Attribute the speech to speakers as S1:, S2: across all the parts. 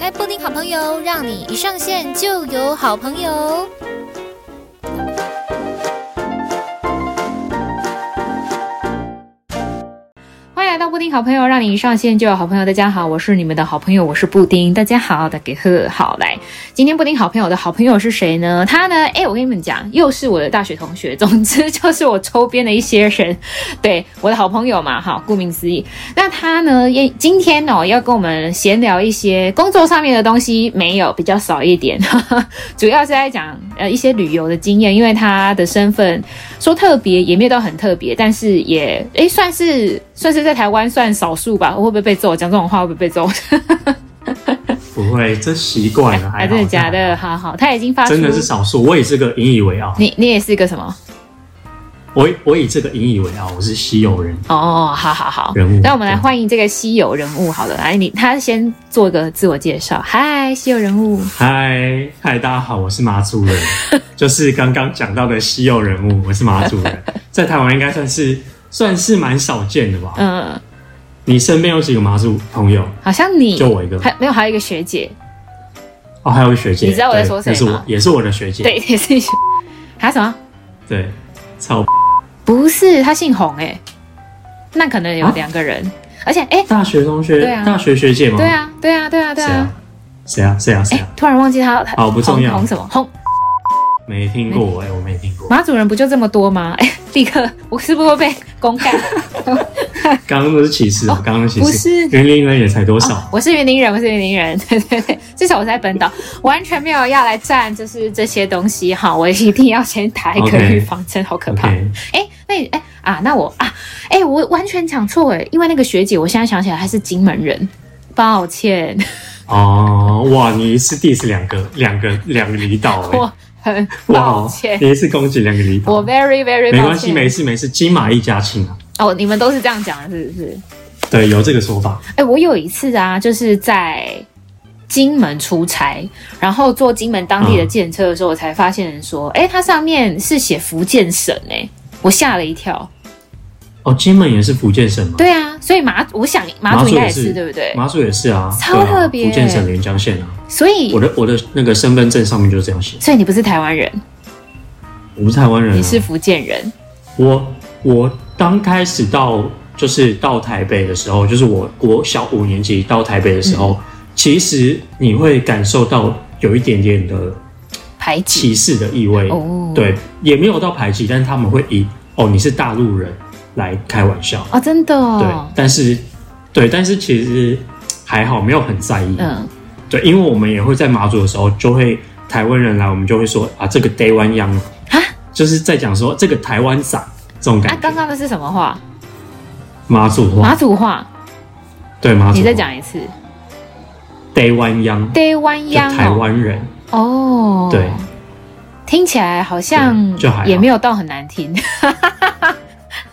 S1: 开布丁好朋友，让你一上线就有好朋友。哦
S2: 欢迎来到布丁好朋友，让你一上线就有好朋友。大家好，我是你们的好朋友，我是布丁。大家好，大家呵好来。今天布丁好朋友的好朋友是谁呢？他呢？哎，我跟你们讲，又是我的大学同学。总之就是我周边的一些人， 对我的好朋友嘛。好，顾名思义，那他呢也今天哦要跟我们闲聊一些工作上面的东西，没有比较少一点，主要是在讲呃一些旅游的经验，因为他的身份说特别也没有到很特别，但是也诶算是算是在台湾算少数吧。我会不会被揍？讲这种话会不会被揍？
S3: 不会，这习惯了，还
S2: 啊，
S3: 好
S2: 真的假
S3: 还
S2: 的？好好，他已经发
S3: 好
S2: 出
S3: 真的是少数，我以这个引以为傲，
S2: 你你也是个什么？
S3: 我我以这个引以为傲，我是稀有人
S2: 哦，好好好。
S3: 人物。
S2: 那我们来
S3: 对，
S2: 欢迎这个稀有人物好了，来你他先做个自我介绍。嗨，稀有人物，
S3: 嗨嗨，大家好，我是马祖 人，就是刚刚讲到的稀有人物，我是马祖 人，在台湾应该算是算是蛮少见的吧？
S2: 嗯，
S3: 你身边有几个马祖朋友？
S2: 好像你
S3: 就我一个
S2: 还没有，还有一个学姐，
S3: 哦，还有一个学姐，
S2: 你知道我在
S3: 对
S2: 说谁
S3: 也是
S2: 吗
S3: 我，也是我的学姐，
S2: 对，也是学，还有什么？
S3: 对，超
S2: 不是，她姓洪哎、那可能
S3: 啊
S2: 有两个人，而且哎、
S3: 大学同学
S2: 对，啊
S3: 大学学姐吗？
S2: 对，啊，对啊，对啊，对
S3: 谁
S2: 啊
S3: 啊，？谁啊？谁啊？
S2: 哎、
S3: 谁啊？
S2: 突然忘记她，她
S3: 好不重要
S2: 洪洪什么洪
S3: 没听过哎，我没听过。
S2: 马主任不就这么多吗？ 哎、立刻我是不是会被公干？
S3: 刚刚都是歧视，
S2: 哦
S3: 啊，刚刚歧视，
S2: 不是哦
S3: 云林人也才多少？
S2: 我是云林人，我是云林人， 对对对，至少我在本岛，完全没有要来占就是这些东西哈，我一定要先打一个
S3: OK
S2: 预防针，好可怕。
S3: OK，
S2: 哎、那你哎、啊，那我啊，哎、我完全讲错哎，因为那个学姐，我现在想起来她是金门人，抱歉，
S3: 哦，哇，你一次 diss 两个两个两个离岛、欸，
S2: 我很
S3: 哇
S2: 抱歉，
S3: 你一次攻击两个离岛，
S2: 我 very very
S3: 没
S2: 抱
S3: 关系，
S2: 歉。
S3: 没事没事，金马一家亲啊，
S2: 哦，你们都是这样讲的，是不是？
S3: 对，有这个说法，
S2: 哎、我有一次啊，就是在金门出差，然后坐金门当地
S3: 嗯
S2: 的建车的时候，我才发现说，哎、它上面是写福建省、哎，我吓了一跳。
S3: 哦，金门也是福建省吗？，
S2: 对啊，所以马，我想马
S3: 马
S2: 祖
S3: 祖
S2: 应该
S3: 也
S2: 也是
S3: 是
S2: 对不对？
S3: 马祖也是啊，
S2: 超
S3: 对啊
S2: 特别
S3: 福建省连江县啊，
S2: 所以
S3: 我，的我的那个身份证上面就是这样写，
S2: 所以你不是台湾人，
S3: 我不是台湾人、啊，
S2: 你是福建人。
S3: 我我刚开始到就是到台北的时候，就是我国小五年级到台北的时
S2: 嗯
S3: 候，其实你会感受到有一点点的
S2: 排挤
S3: 歧视的意味，
S2: 哦，
S3: 对，也没有到排挤，但是他们会以哦你是大陆人来开玩笑，
S2: 哦，真的
S3: 对
S2: 哦，，
S3: 但是对，但是其实还好，没有很在意，
S2: 嗯，
S3: 对，因为我们也会在马祖的时候，就会台湾人来，我们就会说啊这个台湾样
S2: 啊，
S3: 就是在讲说这个台湾仔这种感
S2: 那
S3: 觉。
S2: 啊刚刚的是什么话？
S3: 马祖话，
S2: 马祖话，
S3: 对马祖话，
S2: 你再讲一次。
S3: 台湾央，
S2: 台湾
S3: 就
S2: 央
S3: 台
S2: 哦，
S3: 湾人，
S2: 哦，
S3: 对，嗯
S2: 听起来好像
S3: 对就还好
S2: 也没有到很难 听，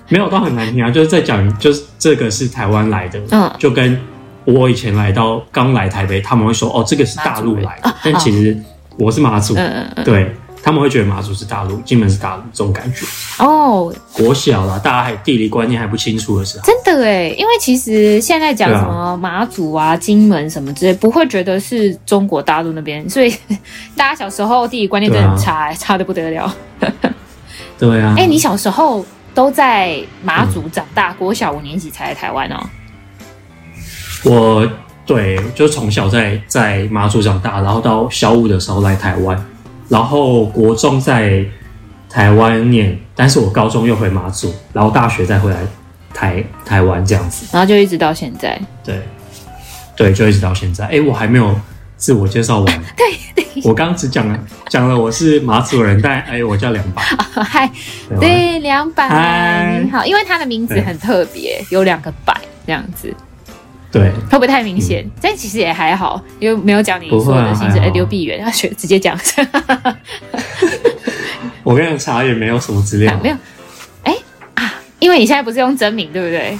S3: 没有到很难听啊，就是在讲，就是这个是台湾来的，
S2: 嗯
S3: 就跟我以前来到刚来台北，他们会说哦，这个是大陆来的，但其实我是马祖，
S2: 哦嗯嗯嗯，
S3: 对他们会觉得马祖是大陆，金门是大陆这种感觉。
S2: 哦，
S3: 国小啦，大家还地理观念还不清楚的时候，
S2: 真的哎，因为其实现在讲
S3: 对啊
S2: 什么马祖啊、金门什么之类，不会觉得是中国大陆那边，所以 大家小时候地理观念真的很
S3: 对啊
S2: 差欸，差的不得了。
S3: 对啊，
S2: 哎，你小时候都在马祖长大，国小五年级才来台湾哦。
S3: 我对，就从小在在马祖长大，然后到小五的时候来台湾，然后国中在台湾念，但是我高中又回马祖，然后大学再回来台台湾这样子。
S2: 然后就一直到现在。
S3: 对，对，就一直到现在。哎，我还没有自我介绍 完。对，我刚刚只讲了讲了我是马祖人，但哎，我叫梁爸。
S2: 嗨，
S3: 对吧，
S2: 哦对，两百，
S3: 嗨
S2: 你好，因为他的名字
S3: 对
S2: 很特别，有两个百这样子，
S3: 对，
S2: 会不会太明显？但其实也还好，因为没有讲你
S3: 嗯不会
S2: 说
S3: 啊
S2: 的姓氏，
S3: 还
S2: 哎，
S3: 好
S2: 刘碧源，他学直接讲，
S3: 我跟你查也没有什么资料，
S2: 啊没有，哎啊，因为你现在不是用真名对不对？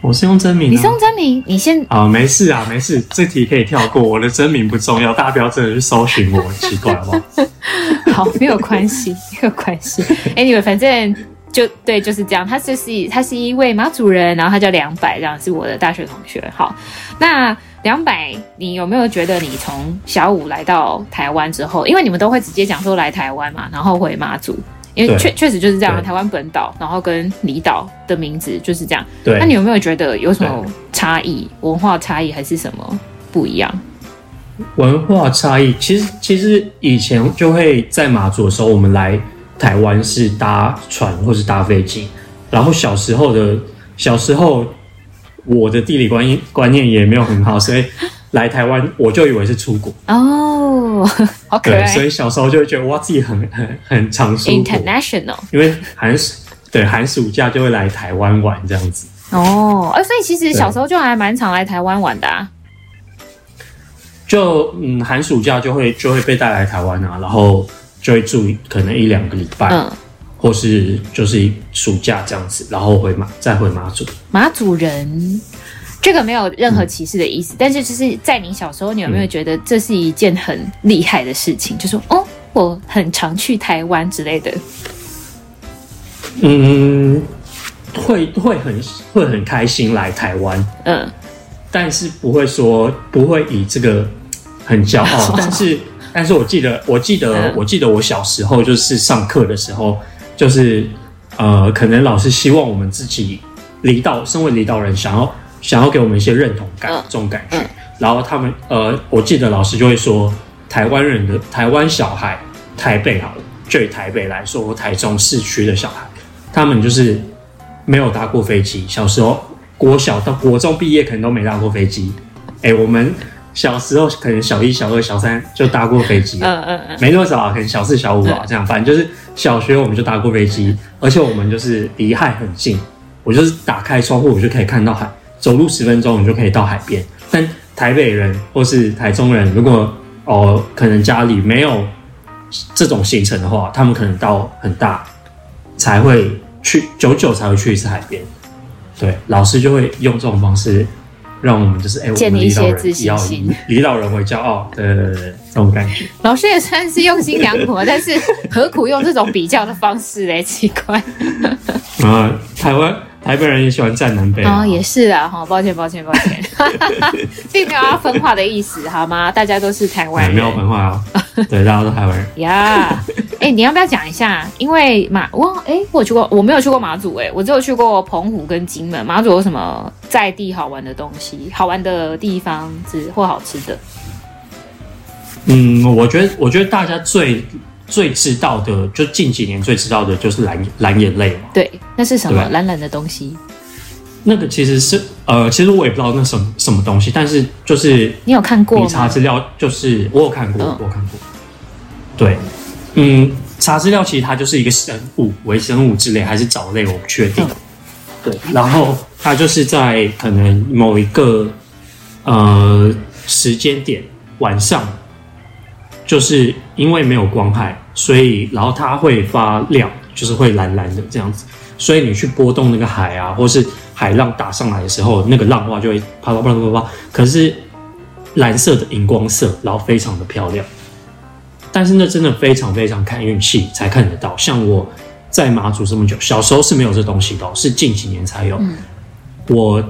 S3: 我是用真名、啊。
S2: 你是用真名，你现
S3: 啊，没事啊，没事，这题可以跳过。我的真名不重要，大家不要真的去搜寻我，很奇怪好不好？
S2: 好没有关系，没有关系。Anyway，反正就对，就是这样。他就是他是一位马主人，然后他叫两百，这样是我的大学同学。好，那两百，你有没有觉得你从小五来到台湾之后，因为你们都会直接讲说来台湾嘛，然后回马祖，因为
S3: 对
S2: 确确实就是这样，啊
S3: 对
S2: 台湾本岛，然后跟离岛的名字就是这样。
S3: 对，
S2: 那你有没有觉得有什么差异，文化差异还是什么不一样？
S3: 文化差异，其实其实以前就会在马祖的时候，我们来台湾是搭船或是搭飞机，然后小时候的小时候我的地理观念观念也没有很好，所以来台湾我就以为是出国，
S2: 哦， 好可
S3: 对，所
S2: 爱
S3: 以小时候就会觉得哇自己很很很常出国，
S2: ，international
S3: 因为寒暑对寒暑假就会来台湾玩这样子。
S2: 哦，呃，所以其实
S3: 对
S2: 小时候就还蛮常来台湾玩的啊。
S3: 就嗯，寒暑假就会就会被带来台湾啊，然后就会住可能一两个礼拜，
S2: 嗯，
S3: 或是就是暑假这样子，然后回马再回马祖。
S2: 马祖人，这个没有任何歧视的意思，但是就是在你小时候，你有没有觉得这是一件很厉害的事情？就说哦，我很常去台湾之类的。
S3: 嗯，会会很会很开心来台湾，
S2: 嗯，
S3: 但是不会说不会以这个很骄 傲，但是但是我记得我记得
S2: 嗯
S3: 我记得我小时候就是上课的时候，就是呃，可能老师希望我们自己离岛，身为离岛人，想要想要给我们一些认同感，
S2: 嗯
S3: 这种感觉。
S2: 嗯
S3: 然后他们呃，我记得老师就会说，台湾人的台湾小孩，台北好了，就以台北来说，或台中市区的小孩，他们就是没有搭过飞机，小时候国小到国中毕业可能都没搭过飞机。哎、我们小时候可能小一、小二、小三就搭过飞机，
S2: 嗯嗯嗯，
S3: 没多少啊，可能小四、小五啊
S2: 嗯
S3: 这样，反正就是小学我们就搭过飞机，而且我们就是离海很近，我就是打开窗户我就可以看到海，走路十分钟你就可以到海边。但台北人或是台中人，如果哦可能家里没有这种行程的话，他们可能到很大才会去，久久才会去一次海边。对，老师就会用这种方式。让我们就是哎、我
S2: 建
S3: 们
S2: 立一
S3: 离
S2: 些
S3: 岛人
S2: 自信
S3: 要
S2: 心
S3: 以离岛人为骄傲，对对对对，这种感觉。
S2: 老师也算是用心良 苦，啊但是何苦用这种比较的方式嘞？ 奇怪。
S3: 啊，台湾台北人也喜欢站南北啊、
S2: 哦，也是啊，哈，抱歉，抱歉，抱歉， 并没有要分化的意思，好吗？大家都是台湾
S3: 哎
S2: 人，
S3: 没有文化 啊，对，大家都台湾人。
S2: 呀， 哎、你要不要讲一下？因为马我哎、我去过，我没有去过马祖、哎，我只有去过澎湖跟金门。马祖有什么在地好玩的东西、好玩的地方之或好吃的？
S3: 嗯，我觉得我觉得大家最最知道的，就近几年最知道的就是蓝蓝眼泪嘛。
S2: 对，那是什么
S3: 对
S2: 蓝蓝的东西？
S3: 那个其实是呃，其实我也不知道那什么什么东西，但是就是
S2: 你有看过
S3: 你查
S2: 吗？
S3: 资料，就是我有看过，
S2: 嗯
S3: 我有看过。对，嗯，查资料其实它就是一个生物，微生物之类还是藻类，我不确定。
S2: 嗯
S3: 对，然后它就是在可能某一个呃时间点晚上，就是因为没有光害，所以然后它会发亮，就是会蓝蓝的这样子。所以你去波动那个海啊，或是海浪打上来的时候，那个浪花就会啪啦啪啦啪啦啪啦，可是蓝色的荧光色，然后非常的漂亮。但是那真的非常非常看运气才看得到。像我在马祖这么久，小时候是没有这东西的哦，是近几年才有。
S2: 嗯
S3: 我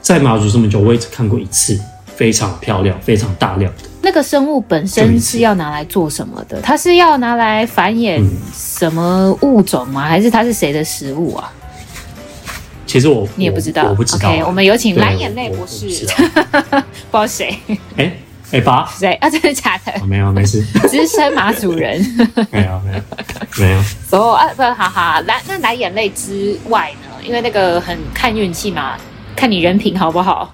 S3: 在马祖这么久，我也只看过一次，非常漂亮，非常大量的。
S2: 那个生物本
S3: 就一
S2: 身是
S3: 次
S2: 要拿来做什么的？它是要拿来繁衍
S3: 嗯
S2: 什么物种吗？还是它是谁的食物啊？
S3: 其实我
S2: 你也
S3: 我
S2: 不知道。
S3: 我不知道啊。
S2: OK，我们有请
S3: 对
S2: 蓝眼泪
S3: 我
S2: 博
S3: 我
S2: 士，
S3: 不知道
S2: 不知道谁
S3: 哎哎爸，
S2: 谁啊？真的假的？
S3: 哦没有没 事，
S2: 资深马主人。
S3: 没有没有没有。
S2: 哦啊，不，哈哈，蓝那蓝眼泪之外呢？因为那个很看运气嘛，看你人品好不好。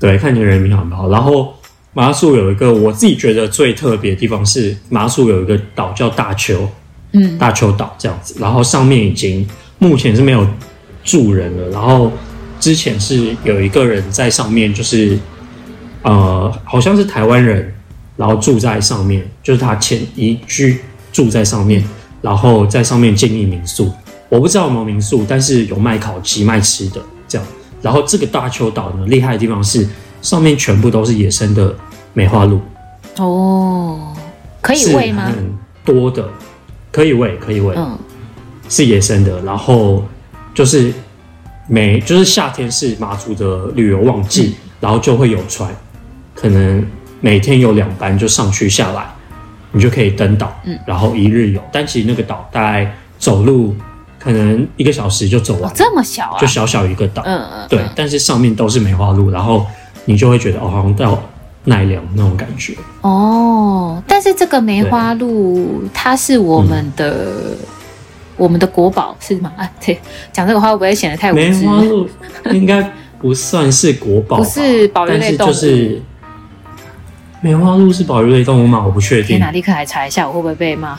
S3: 对，看起来人民很好。然后麻树有一个我自己觉得最特别的地方是，麻树有一个岛叫大丘，
S2: 嗯，
S3: 大丘岛这样子。然后上面已经目前是没有住人了。然后之前是有一个人在上面，就是呃，好像是台湾人，然后住在上面，就是他前移居住在上面，然后在上面建立民宿。我不知道有没有民宿，但是有卖烤鸡、卖吃的这样。然后这个大丘岛呢，厉害的地方是上面全部都是野生的梅花鹿，
S2: 哦，可以喂吗
S3: 是？很多的，可以喂，可以喂。
S2: 嗯，
S3: 是野生的，然
S2: 嗯
S3: 后就是每就是夏天是马祖的旅游旺季，然后就会有船，可能每天有两班就上去下来，你就可以登岛，
S2: 嗯
S3: 然后一日游。但其实那个岛大概走路可能一个小时就走完
S2: 哦
S3: 了，，
S2: 这么小啊
S3: 就？小小一个岛，
S2: 嗯嗯，
S3: 对，但是上面都是梅花鹿，然后你就会觉得哦，好像到奈良那种感觉。
S2: 哦，但是这个梅花鹿它是我们的、我们的国宝是吗？ 啊，对，讲这个话会不会显得太无
S3: 梅
S2: 知？
S3: 花鹿应该不算是国宝 吧，
S2: 不是保育类
S3: 但是
S2: 动物
S3: 就是梅花鹿是保育类动物吗？我不确
S2: 天
S3: 定
S2: 哪！。立刻来查一下，我会不会被骂？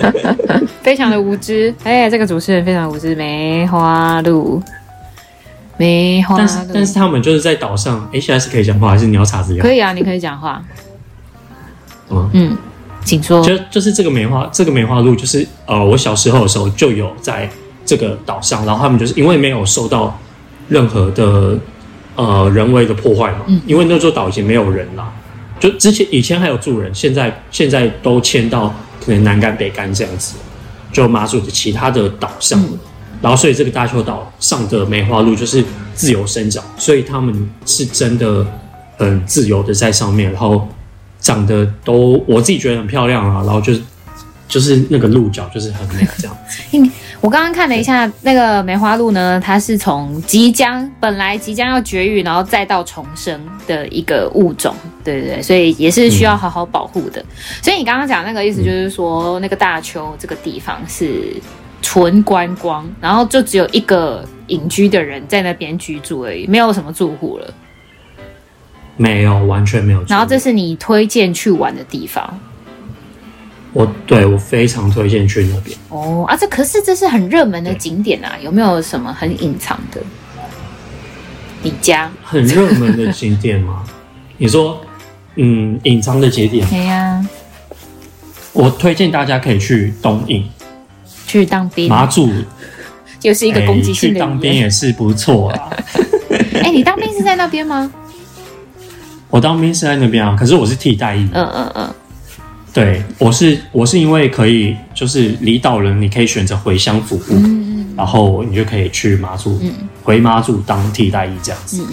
S2: 非常的无知，哎、这个主持人非常无知。梅花鹿，梅花
S3: 但是
S2: 鹿，
S3: 但是他们就是在岛上，哎，现在是可以讲话还是你要查资料？
S2: 可以啊，你可以讲话，
S3: 嗯，
S2: 嗯，请说。
S3: 就就是这个梅花，这个梅花鹿就是呃，我小时候的时候就有在这个岛上，然后他们就是因为没有受到任何的呃人为的破坏嘛，
S2: 嗯
S3: 因为那座岛已经没有人啦，就之前以前还有住人，现在现在都迁到可能南干北干这样子，就马祖的其他的岛上
S2: 嗯
S3: 了。然后，所以这个大邱岛上的梅花鹿就是自由生长，所以它们是真的很自由的在上面，然后长得都我自己觉得很漂亮啊，然后就是就是那个鹿角就是很美这样。
S2: 我刚刚看了一下，那个梅花鹿呢，它是从即将本来即将要绝育，然后再到重生的一个物种，对对对，所以也是需要好好保护的。所以你刚刚讲那个意思就是说，那个大邱这个地方是纯观光，然后就只有一个隐居的人在那边居住而已，没有什么住户了。
S3: 没有，完全没有。
S2: 然后这是你推荐去玩的地方
S3: 我对我非常推荐去那边。
S2: 哦啊，这可是这是很热门的景点啊，有没有什么很隐藏的？你家？
S3: 很热门的景点吗？ 你说，嗯，隐藏的节点，
S2: 对呀、
S3: 我推荐大家可以去东引、
S2: 去当兵，
S3: 马祖，
S2: 又是一个攻击性
S3: 哎去
S2: 的
S3: 当
S2: 语
S3: 兵
S2: 言。
S3: 也是不错啊啦。
S2: 哎、你当兵是在那边 吗？
S3: 我当兵是在那边啊，可是我是替代役。
S2: 嗯嗯嗯，
S3: 对，我是我是因为可以，就是离岛人，你可以选择回乡服务，然后你就可以去马祖，回马祖当替代役这样子。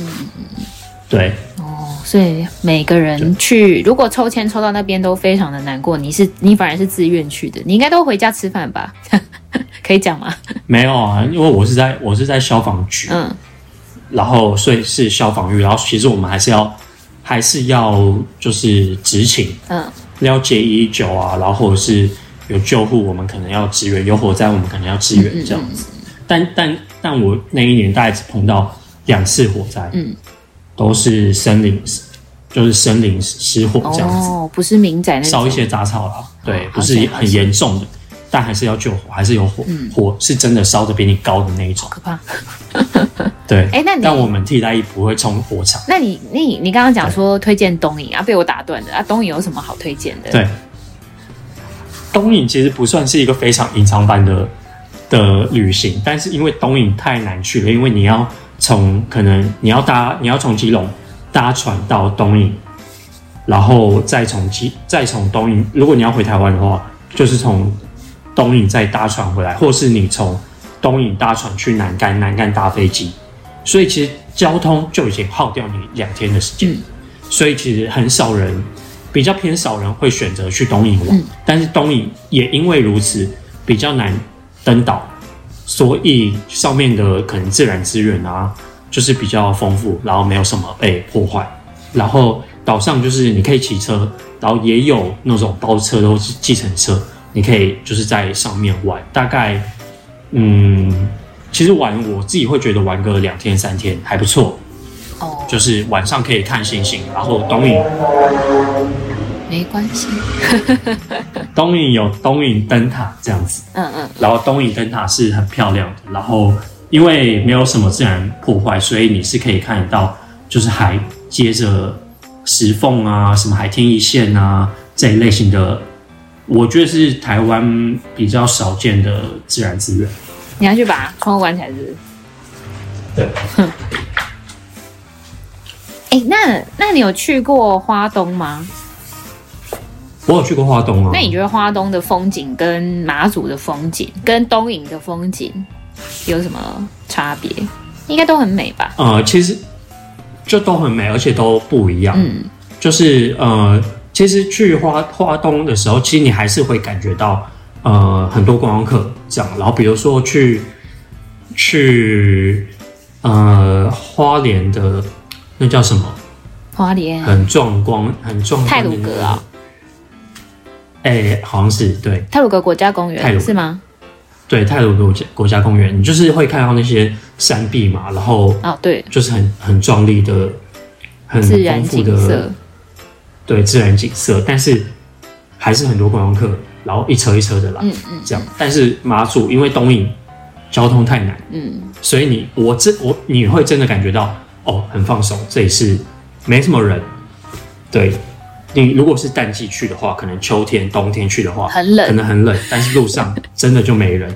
S3: 对，
S2: 哦，所以每个人去，如果抽签抽到那边都非常的难过。你是你反而是自愿去的，你应该都回家吃饭吧？ 可以讲吗？
S3: 没有啊，因为我是在我是在消防局，
S2: 嗯，
S3: 然后所以是消防局，然后其实我们还是要还是要就是执勤，
S2: 嗯，
S3: 要接一九啊，然后或者是有救护，我们可能要支援；有火灾，我们可能要支援这样子。但但但我那一年大概只碰到两次火灾，
S2: 嗯，
S3: 都是森林，就是森林失火这样子，
S2: 哦，不是民宅那
S3: 烧
S2: 种
S3: 一些杂草啦，对，不
S2: 好
S3: 是
S2: 险好
S3: 很严重的，但还是要救火，还是有火，
S2: 嗯
S3: 火是真的烧的比你高的那一种，
S2: 可怕。
S3: 对。
S2: 哎那你
S3: 但我们替代役不会冲火场，
S2: 那你你你刚刚讲说推荐东影啊，被我打断的啊，东影有什么好推荐的？，
S3: 对，东影其实不算是一个非常隐藏版的的旅行，但是因为东影太难去了，因为你要从可能你要搭你要从基隆搭船到东影，然后再从基再从东影，如果你要回台湾的话，就是从东影再搭船回来，或是你从东影搭船去南干，南干搭飞机，所以其实交通就已经耗掉你两天的时间，
S2: 嗯
S3: 所以其实很少人，比较偏少人会选择去东引玩，
S2: 嗯
S3: 但是东引也因为如此比较难登岛，所以上面的可能自然资源啊，就是比较丰富，然后没有什么被破坏，然后岛上就是你可以骑车，然后也有那种包车或是计程车，你可以就是在上面玩，大概嗯。其实玩我自己会觉得玩个两天三天还不错，
S2: 哦，
S3: 就是晚上可以看星星，然后东影
S2: 没关系，
S3: 东影有东影灯塔这样子，
S2: 嗯嗯，
S3: 然后东影灯塔是很漂亮的，然后因为没有什么自然破坏，所以你是可以看得到，就是还接着石缝啊、什么海天一线啊这一类型的，我觉得是台湾比较少见的自然资源。
S2: 你要去把窗户关起来是不是？
S3: 对，
S2: 哎、那那你有去过花东吗？
S3: 我有去过花东啊，
S2: 那你觉得花东的风景跟马祖的风景跟东引的风景有什么差别？应该都很美吧？
S3: 呃，其实就都很美，而且都不一样。
S2: 嗯，
S3: 就是呃，其实去花花东的时候，其实你还是会感觉到呃很多观光客这样。然后比如说去去呃花莲的那叫什么，
S2: 花莲
S3: 很壮观，很壮观的
S2: 太鲁阁啊
S3: 那个。哎、好像是对
S2: 泰鲁格国家公
S3: 泰
S2: 园
S3: 鲁
S2: 是吗？
S3: 对泰鲁阁国家公园，你就是会看到那些山壁嘛，然后
S2: 哦，对，
S3: 就是很很壮丽的、很
S2: 自然
S3: 丰富
S2: 景
S3: 的
S2: 色，
S3: 对自然景色，但是还是很多观光客，然后一车一车的来，
S2: 嗯嗯
S3: 这样。但是马祖因为东引交通太难，
S2: 嗯，
S3: 所以你我真我你会真的感觉到哦，很放松，这里是没什么人。对，你如果是淡季去的话，可能秋天、冬天去的话，
S2: 很冷
S3: 可能很冷，但是路上真的就没 人。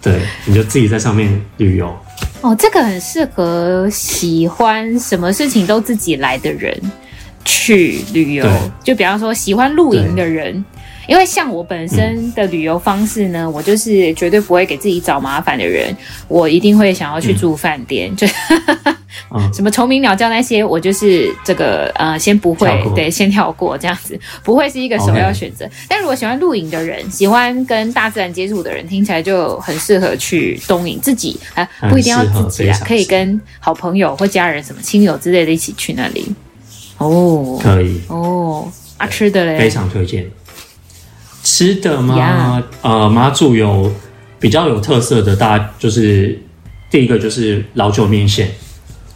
S3: 对，你就自己在上面旅游。
S2: 哦，这个很适合喜欢什么事情都自己来的人去旅游
S3: 对。
S2: 就比方说喜欢露营的人，因为像我本
S3: 嗯
S2: 身的旅游方式呢，我就是绝对不会给自己找麻烦的人，我一定会想要去住饭店，就
S3: 嗯，
S2: 什么虫鸣鸟叫那些，我就是这个呃，先不会
S3: 跳，过
S2: 对，先跳过这样子，不会是一个首要
S3: OK
S2: 选择。但如果喜欢露营的人，喜欢跟大自然接触的人，听起来就很适合去东营，自己啊、
S3: 很
S2: 不一定要
S3: 适合
S2: 自己啊
S3: 非，常
S2: 可以
S3: 适合
S2: 跟好朋友或家人、什么亲友之类的一起去那里。哦
S3: 可以。
S2: 哦，啊，吃的
S3: 非
S2: 嘞，
S3: 常推荐。吃的吗
S2: Yeah
S3: 呃，妈祖有比较有特色的，大家就是第一个就是老酒面线，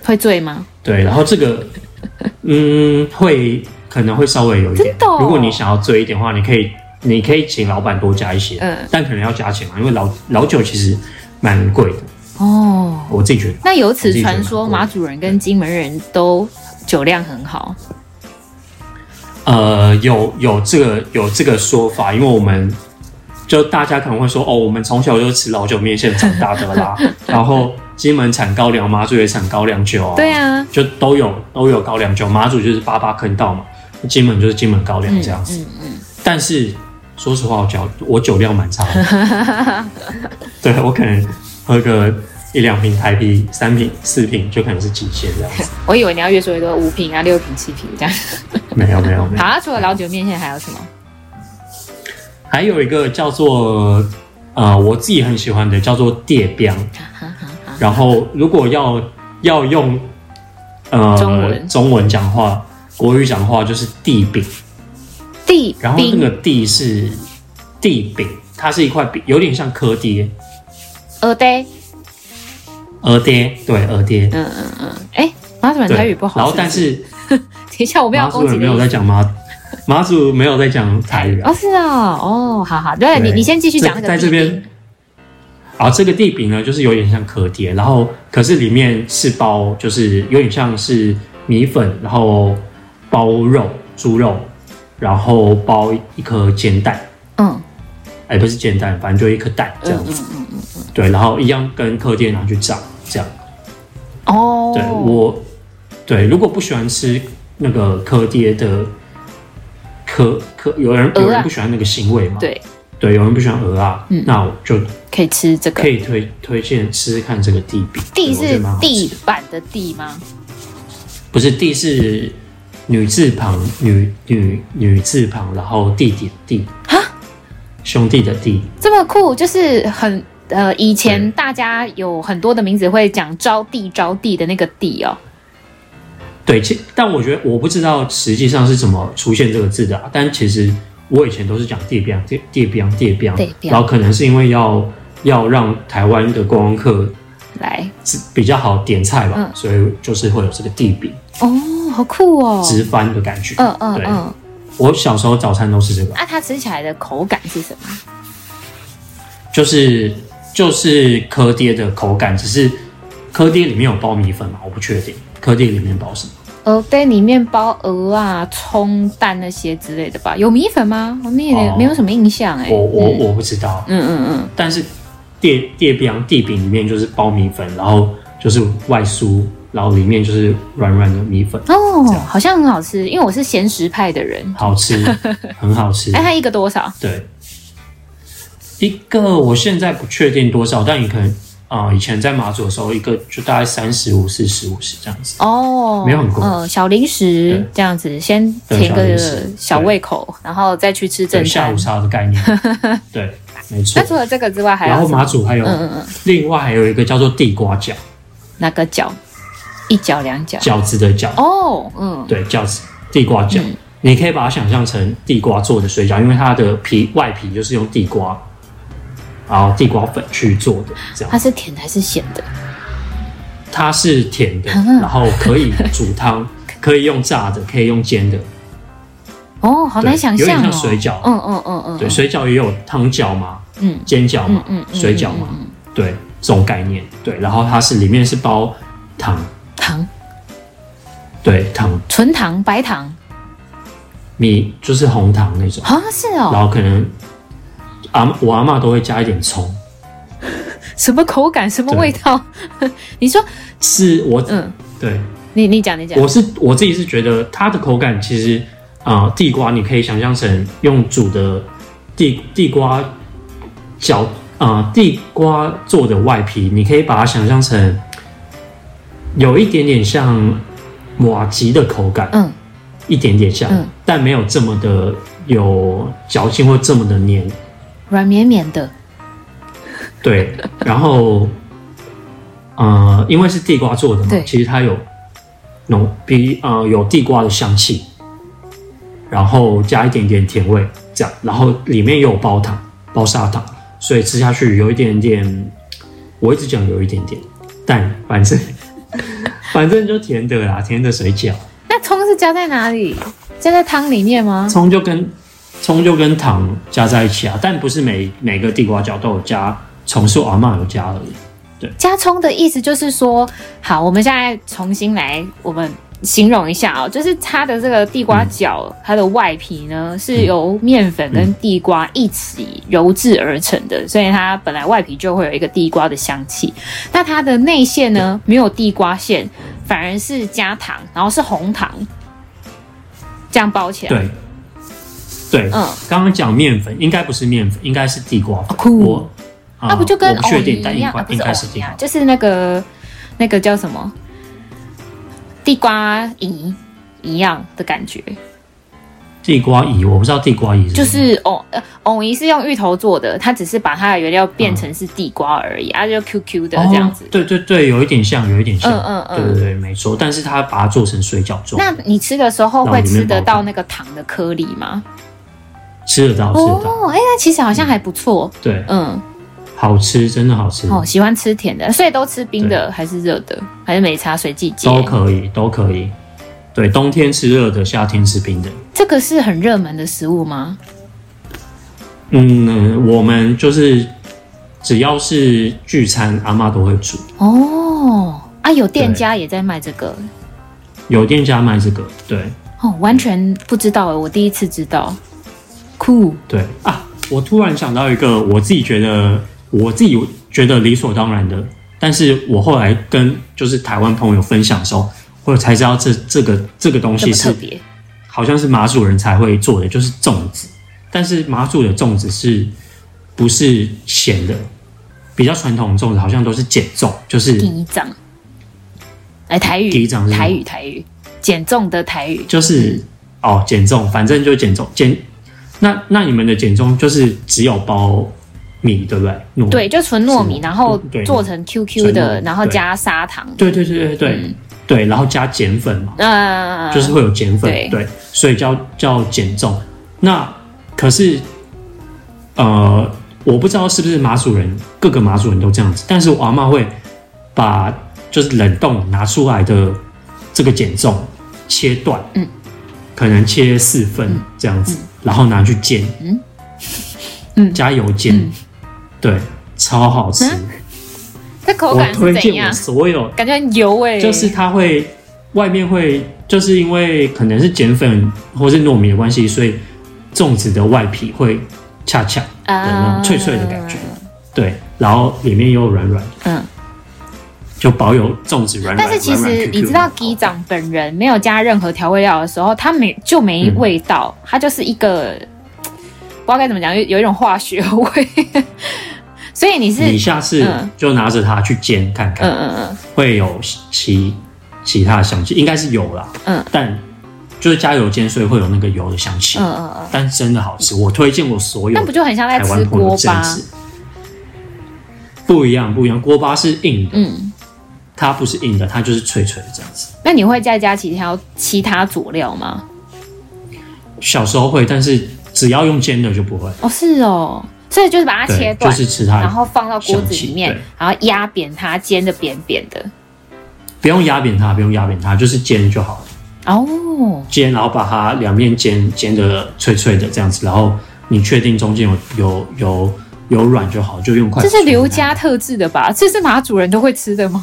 S2: 会醉吗？
S3: 对，然后这个 嗯会可能会稍微有一点
S2: 真，的哦
S3: 如果你想要追一点的话，你可以你可以请老板多加一些，
S2: 嗯
S3: 但可能要加钱嘛，因为老老酒其实蛮贵的，
S2: 哦，
S3: 我自己觉得。
S2: 那由
S3: 我
S2: 此
S3: 自己觉得
S2: 传说，
S3: 蛮贵
S2: 马祖人跟金门人都酒量很好。
S3: 呃，有有这个有这个说法，因为我们就大家可能会说，哦，我们从小就吃老酒面线长大 的啦，然后金门产高粱，马祖也产高粱酒啊，
S2: 对，啊，
S3: 就都有都有高粱酒，马祖就是八八坑道嘛，金门就是金门高粱这样子。
S2: 嗯嗯
S3: 但是说实话，我酒我酒量蛮差的， 对我可能喝个一两瓶台啤，三瓶四瓶就可能是极限这样子。
S2: 我以为你要越说越多，五瓶啊、六瓶、七瓶 这样。
S3: 没有没有没有
S2: 好，。那除了老酒面线还有什么？
S3: 还有一个叫做呃，我自己很喜欢的叫做 电标。然后如果要要用呃
S2: 中文
S3: 中文讲话，国语讲话就是地饼。
S2: 地
S3: 然后那
S2: 冰
S3: 个地是地饼，它是一块饼，有点像柯爹、
S2: 鹅呆，
S3: 鹅爹，对鹅爹。
S2: 嗯嗯嗯，哎，马祖人台
S3: 对，
S2: 语不好。
S3: 然后但
S2: 是
S3: 是
S2: 不 是，等一下我们
S3: 马
S2: 要
S3: 祖
S2: 攻击的
S3: 人没有
S2: 意
S3: 在
S2: 思
S3: 讲 马马祖没有在讲台语啊
S2: 哦，，是啊，哦，好好，对你
S3: 对
S2: 你先继续讲那个
S3: 在这
S2: 地
S3: 边
S2: 冰，
S3: 啊，这个地饼呢，就是有点像可碟，然后可是里面是包，就是有点像是米粉，然后包肉、猪肉，然后包一颗煎蛋，
S2: 嗯
S3: 哎，不是煎蛋，反正就一颗蛋这
S2: 嗯
S3: 样子。
S2: 嗯嗯
S3: 对，然后一样跟客店拿去炸，这样。
S2: 嗯，哦，
S3: 对我，对，如果不喜欢吃那个科爹的科科，有人有
S2: 鹅
S3: 人
S2: 啊
S3: 不喜欢那个腥味嘛？
S2: 对，
S3: 对，有人不喜欢鹅啊，
S2: 嗯
S3: 那我就
S2: 可以吃这
S3: 可
S2: 个。
S3: 以推推荐吃吃看这个地饼，
S2: 地
S3: 对我觉
S2: 是
S3: 得蛮好吃
S2: 地板的地吗？
S3: 不是地是女字旁，女女女字旁，然后地点地
S2: 哈，
S3: 兄弟的弟，
S2: 这么酷，就是很呃，以前大家有很多的名字会讲招地招地的那个地哦，
S3: 对，其但我觉得我不知道实际上是怎么出现这个字的、啊，但其实我以前都是讲啊地标地地标地标
S2: 地，标
S3: 啊然后可能是因为要要让台湾的观光客
S2: 来
S3: 自比较好点菜吧，
S2: 嗯
S3: 所以就是会有这个地饼
S2: 哦，好酷哦，
S3: 直翻的感觉。
S2: 嗯嗯
S3: 对，
S2: 嗯，
S3: 我小时候早餐都是这个，
S2: 那、它吃起来的口感是什么？
S3: 就是就是柯爹的口感，只是柯爹里面有包米粉嘛，我不确定柯爹里面包什么。
S2: 鹅对，呃里面包鹅啊、葱、蛋那些之类的吧？有米粉吗？我那也
S3: 哦
S2: 没有什么印象哎、
S3: 我我
S2: 嗯
S3: 我不知道，
S2: 嗯嗯嗯，
S3: 但是地地饼地饼里面就是包米粉，然后就是外酥，然后里面就是软软的米粉，
S2: 哦
S3: 这，样
S2: 好像很好吃，因为我是咸食派的人。
S3: 好吃，很好吃
S2: 哎，。它一个多少？
S3: 对，一个我现在不确定多少，但你可能啊、呃以前在马祖的时候，一个就大概三十五、四十、五十这样子。
S2: 哦，
S3: 没有很贵
S2: 嗯，小零食
S3: 对
S2: 这样子，先填
S3: 对小
S2: 个
S3: 零食
S2: 小胃口，然后再去吃正
S3: 对，下
S2: 餐
S3: 午。茶的 概念。对，没错
S2: 那。除了这个之外，还有
S3: 然后
S2: 什么
S3: 马祖还有、
S2: 嗯嗯嗯，
S3: 另外还有一个叫做地瓜饺，
S2: 哪个饺？一饺两饺？
S3: 饺子的饺，
S2: 哦，嗯，
S3: 对，饺子地瓜饺。
S2: 嗯
S3: 你可以把它想象成地瓜做的水饺，因为它的皮外皮就是用地瓜，然后地瓜粉去做的，这样
S2: 它是甜的还是咸的？
S3: 它是甜的，
S2: 嗯
S3: 然后可以煮 汤，可以用炸的，可以用煎的，
S2: 哦，好难
S3: 对
S2: 想
S3: 有点
S2: 象哦。
S3: 像水饺
S2: 嗯嗯嗯嗯，
S3: 对，
S2: 嗯
S3: 水饺也有汤饺嘛，
S2: 嗯
S3: 煎饺嘛，
S2: 嗯嗯嗯
S3: 水饺嘛，
S2: 嗯
S3: 对，这种概念，对，然后它是里面是包糖，
S2: 糖，
S3: 对，糖
S2: 纯糖、白糖
S3: 米就是红糖那种，
S2: 啊，是
S3: 然
S2: 哦，
S3: 后可能阿我阿嬷都会加一点葱，
S2: 什么口感，什么味道？ 你说，
S3: 是我、
S2: 嗯，
S3: 对
S2: 你你讲，你讲，
S3: 我是我自己是觉得它的口感其实啊、呃地瓜你可以想象成用煮的地地瓜饺啊、呃地瓜做的外皮，你可以把它想象成有一点点像马吉的口感，
S2: 嗯，
S3: 一点点像，
S2: 嗯
S3: 但没有这么的有嚼劲或这么的黏，
S2: 软绵绵的，
S3: 对，然后，呃，因为是地瓜做的嘛
S2: 对，
S3: 其实它有浓比呃有地瓜的香气，然后加一点点甜味，这样，然后里面也有包糖，包砂糖，所以吃下去有一点点，我一直讲有一点点，但反正反正就甜的啦，甜的水饺，
S2: 那葱是加在哪里？加在汤里面吗？
S3: 葱就跟葱就跟糖加在一起啊，但不是每每个地瓜饺都有加葱，是我阿嬷有加而已。
S2: 加葱的意思就是说，好，我们现在重新来，我们形容一下哦，就是它的这个地瓜饺，它的外皮呢是由面粉跟地瓜一起揉制而成的，所以它本来外皮就会有一个地瓜的香气。那它的内馅呢没有地瓜馅，反而是加糖，然后是红糖，这样包起来。
S3: 对，对，
S2: 嗯
S3: 刚刚讲面粉，应该不是面粉，应该是地瓜粉。
S2: 酷哦
S3: 我啊
S2: 那、嗯不就跟
S3: 我不
S2: 藕
S3: 确
S2: 泥
S3: 定，但
S2: 一
S3: 应
S2: 样？啊
S3: 该
S2: 不
S3: 应
S2: 是
S3: 该
S2: 藕
S3: 是
S2: 泥
S3: 地
S2: 啊
S3: 瓜，，
S2: 就是那个那个叫什么地瓜泥一样的感觉，
S3: 地瓜乙，我不知道地瓜乙是什
S2: 就
S3: 么
S2: 是藕呃藕泥是用芋头做的，它只是把它的原料变成是地瓜而已，啊就 QQ 的这样子
S3: 嗯哦。对对对，有一点像，有一点像，
S2: 嗯嗯嗯
S3: 对对对，没错。但是它把它做成水饺做，
S2: 那你吃的时候会吃得
S3: 然后
S2: 到
S3: 里面包糖
S2: 那个糖的颗粒吗？
S3: 吃得到吃得到，
S2: 哦，哎、那其实好像还不错。
S3: 对，
S2: 嗯，
S3: 好吃，真的好吃，
S2: 哦，喜欢吃甜的，所以都吃冰的还是热的，还是没差，随季节。
S3: 都可以都可以。对，冬天吃热的，夏天吃冰的。
S2: 这个是很热门的食物吗？
S3: 嗯，我们就是只要是聚餐，阿嬷都会煮。
S2: 哦，啊，有店
S3: 对
S2: 家也在卖这个，
S3: 有店家卖这个，对，
S2: 哦，完全不知道哎，我第一次知道，酷，
S3: 对啊，我突然想到一个我自己觉得我自己觉得理所当然的，但是我后来跟就是台湾朋友分享的时候，我才知道这这个这个东
S2: 这
S3: 西
S2: 么特
S3: 是
S2: 别，
S3: 好像是马祖人才会做的，就是粽子。但是马祖的粽子是不是咸的？比较传统的粽子好像都是碱粽，就是
S2: 第一章，哎，台语，
S3: 第一章是什么
S2: 台语，台语，减重的台语，
S3: 就是哦减重，反正就是减重减。那那你们的减重就是只有包米对不对？糯米
S2: 对，就纯糯米，
S3: 是
S2: 然后
S3: 对
S2: 做成 QQ
S3: 纯糯
S2: 的，
S3: 米
S2: 然后加砂糖，
S3: 对对对对对、
S2: 嗯
S3: 对，然后加碱粉嘛，
S2: 嗯，
S3: 就是会有碱粉，
S2: 对
S3: 对，所以叫叫碱粽。那可是，呃，我不知道是不是马祖人各个马祖人都这样子，但是我阿嬷会把就是冷冻拿出来的这个碱粽切断，
S2: 嗯，
S3: 可能切四份这样子，然后拿去煎，
S2: 嗯嗯
S3: 加油煎，
S2: 嗯
S3: 对，超好吃。
S2: 它口
S3: 我
S2: 感是
S3: 推
S2: 怎
S3: 荐我
S2: 样？
S3: 所有
S2: 感觉很油哎，
S3: 就是它会外面会，就是因为可能是碱粉或是糯米的关系，所以粽子的外皮会恰恰的
S2: 呃
S3: 那
S2: 啊
S3: 种脆脆的感觉，对，然后里面又软软的，
S2: 嗯。
S3: 就保有粽子软软。
S2: 但是其
S3: 软软
S2: 实
S3: Q Q
S2: 你知道
S3: 的口
S2: 鸡长本人没有加任何调味料的时候，它没就没味道，嗯它就是一个不知道该怎么讲，有有一种化学味， 所以你是
S3: 你下次
S2: 嗯
S3: 就拿着它去煎看
S2: 嗯
S3: 看，
S2: 嗯嗯
S3: 会有其其他的香气，应该是有啦。
S2: 嗯，
S3: 但就是加油煎，所以会有那个油的香气。
S2: 嗯嗯嗯，
S3: 但真的好吃，我推荐我所有
S2: 那不就很像在
S3: 台
S2: 吃
S3: 湾朋友
S2: 锅
S3: 这样
S2: 巴？
S3: 子。不一样，不一样，锅巴是硬的，
S2: 嗯，
S3: 它不是硬的，它就是脆脆的这样子。
S2: 那你会再加其他其他佐料吗？
S3: 小时候会，但是只要用煎的就不会。
S2: 哦，是哦，所以就是把它
S3: 对，
S2: 切断，
S3: 就是吃它，
S2: 然后放到锅子里面
S3: 香气，
S2: 然后压扁它，煎的扁扁的。
S3: 不用压扁它，不用压扁它，就是煎就好了。
S2: 哦，
S3: 煎，然后把它两面煎煎的脆脆的这样子，然后你确定中间有有有有软就好，就用筷
S2: 这
S3: 子。
S2: 是刘家，特制的吧？这是马主人都会吃的吗？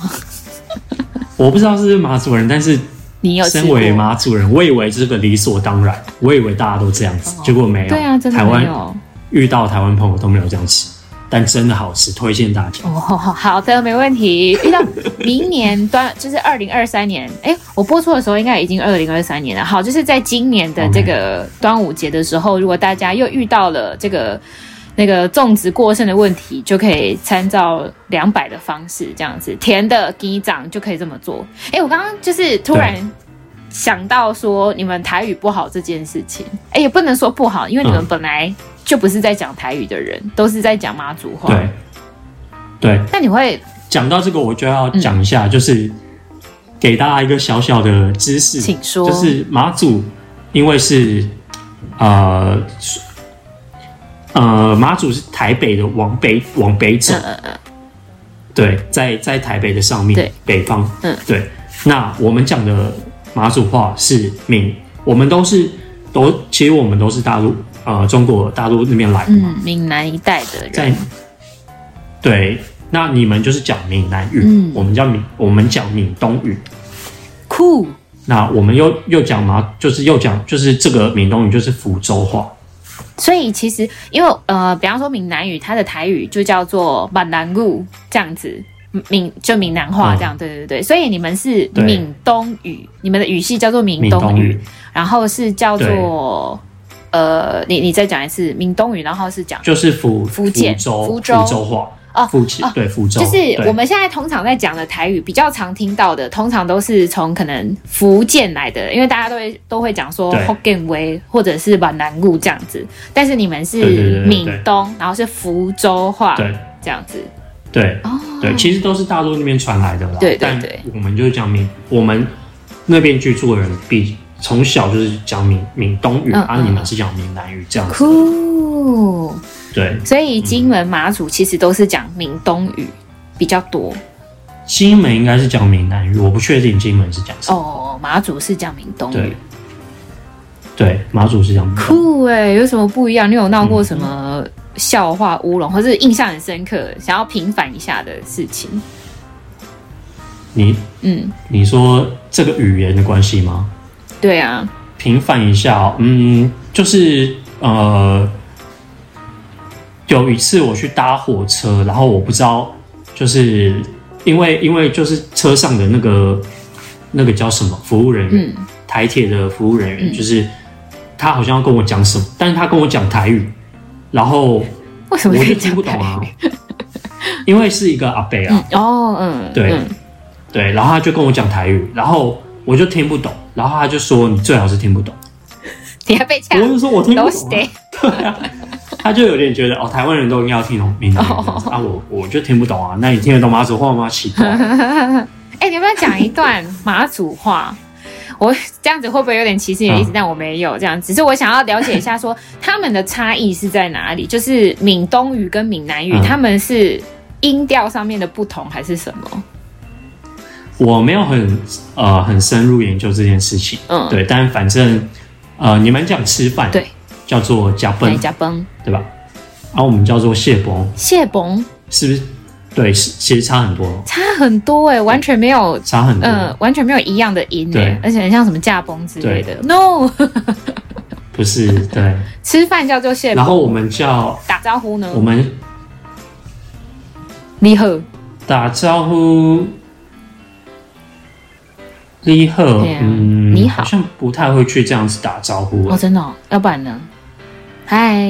S3: 我不知道是不是马祖人，但是
S2: 你有吃
S3: 身
S2: 过
S3: 为马祖人，我以为这个理所当然，我以为大家都这样子，结果没有。
S2: 对啊，真的
S3: 台
S2: 没
S3: 湾
S2: 有。
S3: 遇到台湾朋友都没有这样吃，但真的好吃，推荐大家。
S2: 哦， 好的，没问题。遇到明年端 就是二零二三年，哎，我播出的时候应该已经二零二三年了。好，就是在今年的这个端午节的时候，如果大家又遇到了这个那个粽子过剩的问题，就可以参照两百的方式，这样子甜的给长就可以这么做。哎，我刚刚就是突然
S3: 对。
S2: 想到说你们台语不好这件事情，哎、也不能说不好，因为你们
S3: 嗯
S2: 本来就不是在讲台语的人，都是在讲妈祖话。
S3: 对，对，
S2: 那你会
S3: 讲到这个，我就要讲一
S2: 嗯
S3: 下，就是给大家一个小小的知识，
S2: 请说
S3: 就是马祖，因为是呃呃马祖是台北的往北往北走，
S2: 嗯嗯
S3: 对，在在台北的上面，
S2: 对
S3: 北方，
S2: 嗯，
S3: 对。那我们讲的马祖话是闽，我们都是都其实我们都是大陆呃中国大陆那边来的嘛，
S2: 嗯，闽南一带的
S3: 在
S2: 人，
S3: 对，那你们就是讲闽南语，
S2: 嗯
S3: 我们叫闽，我们讲闽东语。
S2: 酷
S3: 那我们又又讲嘛，就是又讲，就是这个闽东语就是福州话，
S2: 所以其实因为呃，比方说闽南语，它的台语就叫做闽南语这样子，闽就闽南话这样，对对对。所以你们是
S3: 嗯对
S2: 闽东语，你们的语系叫做闽
S3: 闽东
S2: 语
S3: 语，，
S2: 然后是叫做呃，你你再讲一次闽东语，然后是讲
S3: 就是福
S2: 福建
S3: 福州
S2: 福州
S3: 话
S2: 哦
S3: 福建、
S2: 哦
S3: 对福州，
S2: 就是
S3: 对
S2: 我们现在通常在讲的台语，比较常听到的，通常都是从可能福建来的，因为大家都会都会讲说
S3: 对
S2: Hokkien 威或者是闽南语这样子，但是你们
S3: 对对
S2: 是
S3: 对对对
S2: 闽东，然后是福州话
S3: 对
S2: 这样子
S3: 对
S2: 哦，
S3: 对，其实都是大陆那边传来的啦。
S2: 对对
S3: 但
S2: 对
S3: 我们就是讲闽，我们那边居住的人比从小就是讲闽闽东语，
S2: 嗯
S3: 啊，
S2: 嗯
S3: 你们是讲闽南语这样子，
S2: 酷，
S3: 对。
S2: 所以金门马祖其实都是讲闽东语比较多
S3: 金门应该是讲闽南语，我不确定金门是讲什么。
S2: 哦，马祖是讲闽东语
S3: 对，对，马祖是讲闽南语
S2: 酷哎、有什么不一样？你有闹过什
S3: 嗯
S2: 么笑话乌龙，或是印象很深刻，想要平反一下的事情？
S3: 你
S2: 嗯，
S3: 你说这个语言的关系吗？
S2: 对啊，
S3: 平反一下、哦，嗯，就是呃，有一次我去搭火车，然后我不知道，就是因为因为就是车上的那个那个叫什么服务人员，
S2: 嗯
S3: 台铁的服务人员，
S2: 嗯
S3: 就是他好像要跟我讲什么，但是他跟我讲台语，然后
S2: 为什么
S3: 我
S2: 可
S3: 就
S2: 以
S3: 听
S2: 讲
S3: 不懂啊， 因为是一个阿伯啊，
S2: 台语？哦，嗯，
S3: 对
S2: 嗯
S3: 对，然后他就跟我讲台语，然后我就听不懂，然后他就说你最好是听不懂，
S2: 你还被呛
S3: 我，就说我听
S2: 都
S3: 不
S2: 是
S3: 懂、
S2: 的
S3: 啊，， 对啊，他就有点觉得哦，台湾人都应该要听懂闽南语这 样子啊，我我就听不懂啊，那你听得懂马祖话吗？奇怪，
S2: 哎、你要不要讲一段马祖话？我这样子会不会有点歧视你的意思？
S3: 嗯
S2: 但我没有这样，只是我想要了解一下 说他们的差异是在哪里？就是闽东语跟闽南语，
S3: 嗯
S2: 他们是音调上面的不同还是什么？
S3: 我没有很呃很深入研究这件事情，
S2: 嗯，，
S3: 对，但反正呃你们讲吃饭
S2: 对
S3: 叫做加崩
S2: 来加崩
S3: 对吧？然、后我们叫做蟹崩，
S2: 蟹崩
S3: 是不是？对，是其实差很多，
S2: 差很多哎、完全没有。
S3: 差很多。
S2: 嗯，完全没有一样的音哎、
S3: 对
S2: 而且很像什么驾崩之类的。No，
S3: 不是对，
S2: 吃饭叫做蟹崩，
S3: 然后我们叫
S2: 打招呼呢
S3: 我？们
S2: 你好，
S3: 打招呼，你好，
S2: 对啊
S3: 嗯，
S2: 你好
S3: 好像不太会去这样子打招呼、啊
S2: 哦哦，真的、哦，要不然呢？嗨，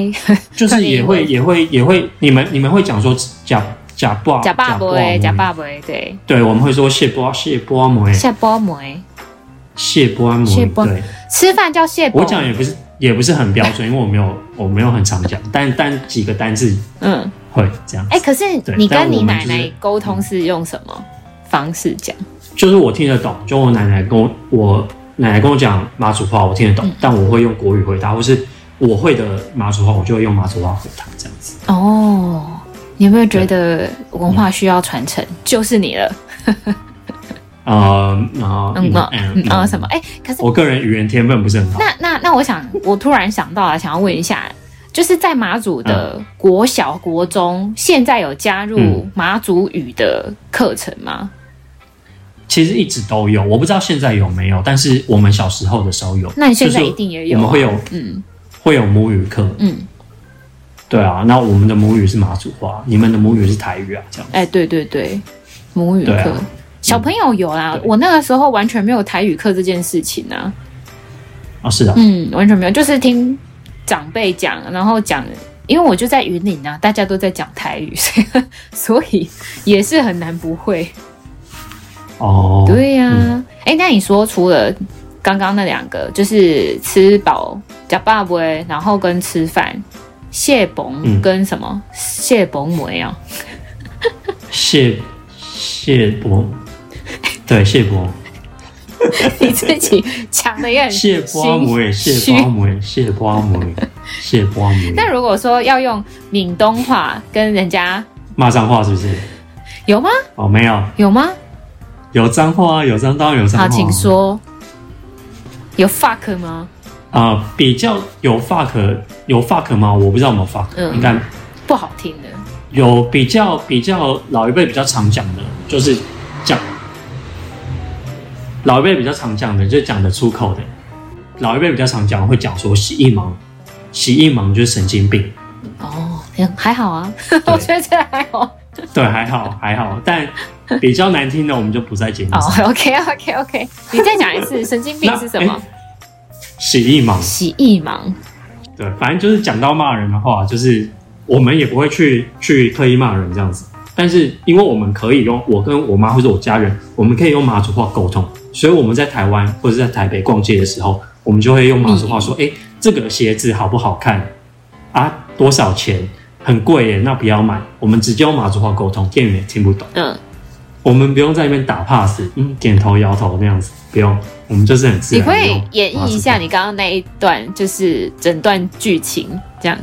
S3: 就是也会也会也会，你们你们会讲说假假爸
S2: 假爸爸
S3: 妹
S2: 假爸爸对，
S3: 对，我们会说蟹波蟹波梅
S2: 蟹包梅，
S3: 蟹波梅
S2: 蟹波
S3: 对
S2: 哎吃饭叫蟹包
S3: 我，讲也不是也不是很标准，因为我没有我没有很常讲，但但几个单字
S2: 嗯，
S3: 会这样。
S2: 哎、可是
S3: 对
S2: 你
S3: 但
S2: 跟你
S3: 我们
S2: 奶
S3: 就是
S2: 奶沟通是用什么方式讲？
S3: 就是我听得懂，就我奶奶跟我我奶奶跟我讲马祖话，我听得懂，
S2: 嗯
S3: 但我会用国语回答，或是我会的马祖话，我就会用马祖话回答这样子。
S2: 哦，你有没有觉得文化需要传承？就是你了，
S3: 呃，然后
S2: 嗯啊嗯啊什么？？哎、可是
S3: 我个人语言天分不是很好，
S2: 那那那，我想我突然想到了，啊想要问一下，就是在马祖的国小、国中，现在有加入
S3: 嗯
S2: 马祖语的课程吗？
S3: 其实一直都有，我不知道现在有没有，但是我们小时候的时候有。
S2: 那你现在
S3: 就是
S2: 一定也有啊
S3: 我们会有
S2: 嗯
S3: 会有母语课，
S2: 嗯，
S3: 对啊，那我们的母语是马祖话，你们的母语是台语啊，这样。
S2: 哎、对对对，母语课。
S3: 对啊
S2: 小朋友有啦，
S3: 对
S2: 我那个时候完全没有台语课这件事情啊，
S3: 啊，是啊，
S2: 嗯，完全没有，就是听长辈讲，然后讲，因为我就在云林啊，大家都在讲台语， 所以所以也是很难不会。
S3: 哦，
S2: 对呀、哎、那你说除了刚刚那两个，就是吃饱、假爸爸，然后跟吃饭、蟹崩
S3: 嗯
S2: 跟什么、蟹崩梅啊？
S3: 谢谢 伯，对谢伯，
S2: 你自己抢的也很
S3: 谢波
S2: 心
S3: 梅，谢波梅，谢波梅，谢波梅。
S2: 那如果说要用闽东话跟人家
S3: 骂脏话是不是？
S2: 有吗？
S3: 哦，没有，
S2: 有吗？
S3: 有脏话啊，有脏当然有脏话
S2: 好，
S3: 啊。
S2: 请说。有 fuck 吗？
S3: 啊、比较有 fuck 有 fuck 吗？我不知道有没有 fuck，、
S2: 嗯
S3: 应该
S2: 不好听的。
S3: 有比较比较老一辈比较常讲的，就是讲老一辈比较常讲的，就是讲得出口的。老一辈比较常讲会讲说洗一盲，洗一盲就是神经病。
S2: 哦，还好啊， 我觉得这还好。
S3: 对，还好还好，但比较难听的我们就不在节目
S2: 哦
S3: 上。
S2: ，OK OK OK，你再讲一次，神经病是什么？
S3: 洗一盲，
S2: 洗意盲。
S3: 对，反正就是讲到骂人的话，就是我们也不会去去特意骂人这样子，但是因为我们可以用我跟我妈或者我家人，我们可以用马祖话沟通，所以我们在台湾或者在台北逛街的时候，我们就会用马祖话说：“哎、这个鞋子好不好看啊？多少钱？很贵耶，那不要买。”我们直接用马祖话沟通，店员也听不懂。
S2: 嗯，
S3: 我们不用在那边打 pass，嗯，点头摇头那样子，不用，我们就是很啊自
S2: 你
S3: 然。
S2: 可以演绎一下，你刚刚那一段，就是整段剧情这样。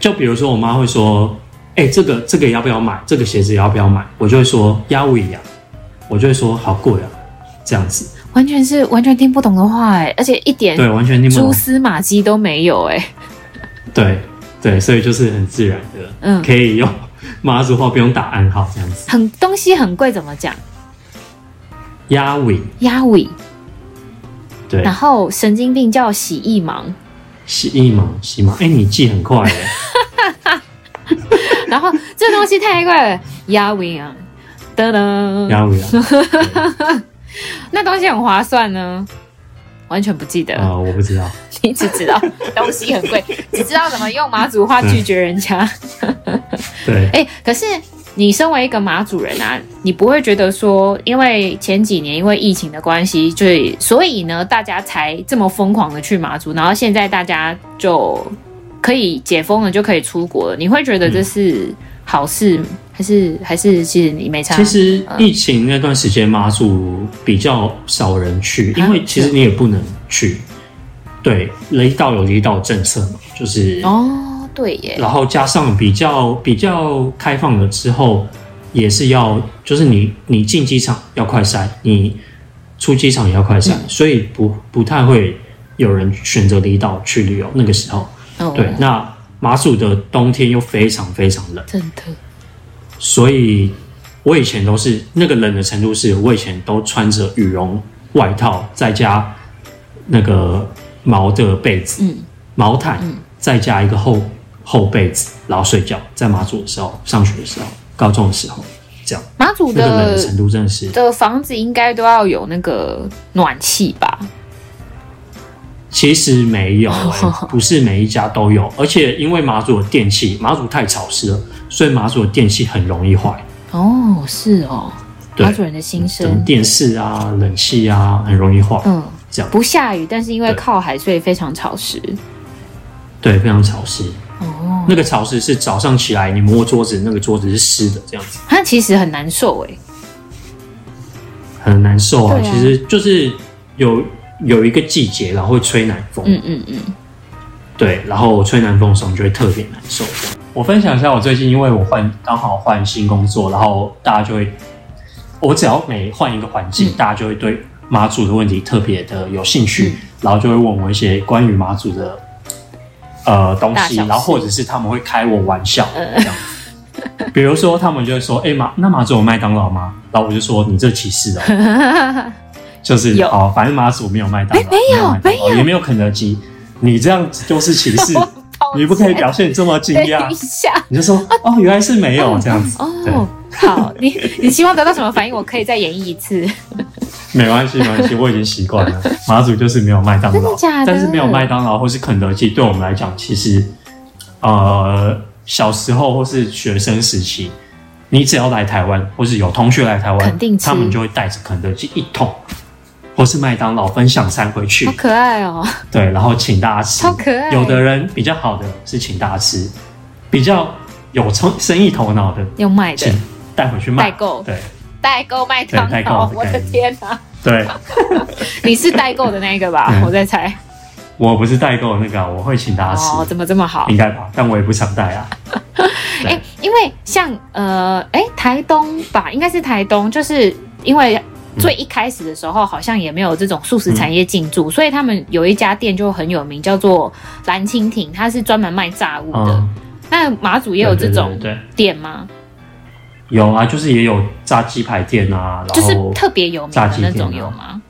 S3: 就比如说我妈会说，哎、这个这个要不要买？这个鞋子要不要买？我就会说要不呀，我就会说好贵啊，这样子，
S2: 完全是完全听不懂的话哎，而且一点
S3: 对，完全听不
S2: 蛛
S3: 懂，
S2: 丝马迹都没有哎。
S3: 对对，所以就是很自然的，
S2: 嗯
S3: 可以用妈祖话，不用打暗号这样子，
S2: 很东西很贵怎么讲？
S3: 压尾，
S2: 压尾，
S3: 对
S2: 然，后神经病叫洗意盲，
S3: 洗一毛洗毛，哎、你记很快耶，
S2: 然后这东西太贵了，压尾啊，噔噔，
S3: 压尾啊，对
S2: 那东西很划算呢，完全不记得，
S3: 呃，我不知道，
S2: 你只知道东西很贵，只知道怎么用马祖话拒绝人家。
S3: 对。
S2: 哎、可是你身为一个马主人啊，你不会觉得说，因为前几年因为疫情的关系，就是所以呢，大家才这么疯狂的去马祖，然后现在大家就可以解封了，就可以出国了，你会觉得这是好事，还是还是嗯其实你没差？
S3: 其实
S2: 嗯
S3: 疫情那段时间，妈祖比较少人去，
S2: 啊
S3: 因为其实你也不能去。对，离岛有离岛政策嘛，就是，
S2: 哦，对耶，
S3: 然后加上比较比较开放了之后，也是要，就是你你进机场要快筛，你出机场也要快筛，
S2: 嗯
S3: 所以不不太会有人选择离岛去旅游。那个时候，
S2: 哦，
S3: 对，那马祖的冬天又非常非常冷。
S2: 真的，
S3: 所以我以前都是那个冷的程度是，我以前都穿着羽绒外套，再加那个毛的被子、
S2: 嗯，
S3: 毛毯，再加一个厚厚被子，然后睡觉。在马祖的时候，上学的时候，高中的时候，这样
S2: 马祖
S3: 那个冷的
S2: 的
S3: 程度真的是，
S2: 的房子应该都要有那个暖气吧？
S3: 其实没 有、欸不是每一家都有，而且因为马祖的电器，马祖太潮湿了，所以马祖的电器很容易坏，
S2: 哦，是哦，
S3: 对
S2: 马主人的心
S3: 什么
S2: 声，
S3: 电视啊、冷气啊，很容易坏。
S2: 嗯，
S3: 这样
S2: 不下雨，但是因为
S3: 对
S2: 靠海，所以非常潮湿。
S3: 对，非常潮湿。
S2: 哦，
S3: 那个潮湿是早上起来你摸桌子，那个桌子是湿的，这样子
S2: 它其实很难受哎。
S3: 很难受啊。
S2: 对啊
S3: 其实就是有有一个季节，然后会吹南风，
S2: 嗯嗯嗯，
S3: 对，然后吹南风的时候你就会特别难受。这样我分享一下我最近，因为我换刚好换新工作，然后大家就会，我只要每换一个环境，
S2: 嗯
S3: 大家就会对马祖的问题特别的有兴趣，
S2: 嗯
S3: 然后就会问我一些关于马祖的呃东
S2: 大
S3: 西，
S2: 小事
S3: 然后或者是他们会开我玩笑，
S2: 呃
S3: 这样子比如说他们就会说：“哎、马那马祖有麦当劳吗？”然后我就说：“你这歧视哦。”就 是
S2: 有
S3: 哦，反正马祖没有麦当劳，
S2: 哎没没有
S3: 麦当劳
S2: 没有
S3: 也没有肯德基，你这样子就是歧 视，
S2: 哦
S3: 你不可以表现这么惊
S2: 等一
S3: 讶，
S2: 下。
S3: 你就说哦，原来是没有这样子，对
S2: 啊哦，好，你你希望得到什么反应？我可以再演绎一 次。
S3: 没关系，没关系，我已经习惯了。马祖就是没有麦当
S2: 真的
S3: 劳，
S2: 假的
S3: 但是没有麦当劳或是肯德基，对我们来讲，其实呃，小时候或是学生时期，你只要来台湾，或是有同学来台湾，
S2: 肯定吃
S3: 他们就会带着肯德基一桶。或是麦当劳分享餐回去
S2: 好，可爱哦，
S3: 对，然后请大家吃，
S2: 超可爱。
S3: 有的人比较好的是请大家吃，比较有生生意头脑的，
S2: 用卖的
S3: 请带回去卖。
S2: 代购
S3: 对
S2: 代购麦当
S3: 对代购
S2: 劳，
S3: 的
S2: 我的
S3: 概念
S2: 天哪、
S3: 对，
S2: 你是代购的那一个吧？
S3: 嗯
S2: 我在猜。
S3: 我不是代购那个啊，我会请大家吃，
S2: 哦，怎么这么好？
S3: 应该吧？但我也不常带啊。
S2: 哎、
S3: 对
S2: 因为像呃，哎、台东吧，应该是台东，就是因为最一开始的时候，好像也没有这种素食产业进驻，所以他们有一家店就很有名，叫做蓝蜻蜓，它是专门卖炸物的。
S3: 嗯，
S2: 那马祖也有这种
S3: 对对对对
S2: 店吗？
S3: 有啊，就是也有炸鸡排店啊，然
S2: 就是
S3: 后
S2: 特别有名
S3: 炸
S2: 的
S3: 鸡
S2: 那
S3: 店
S2: 种
S3: 啊
S2: 有吗？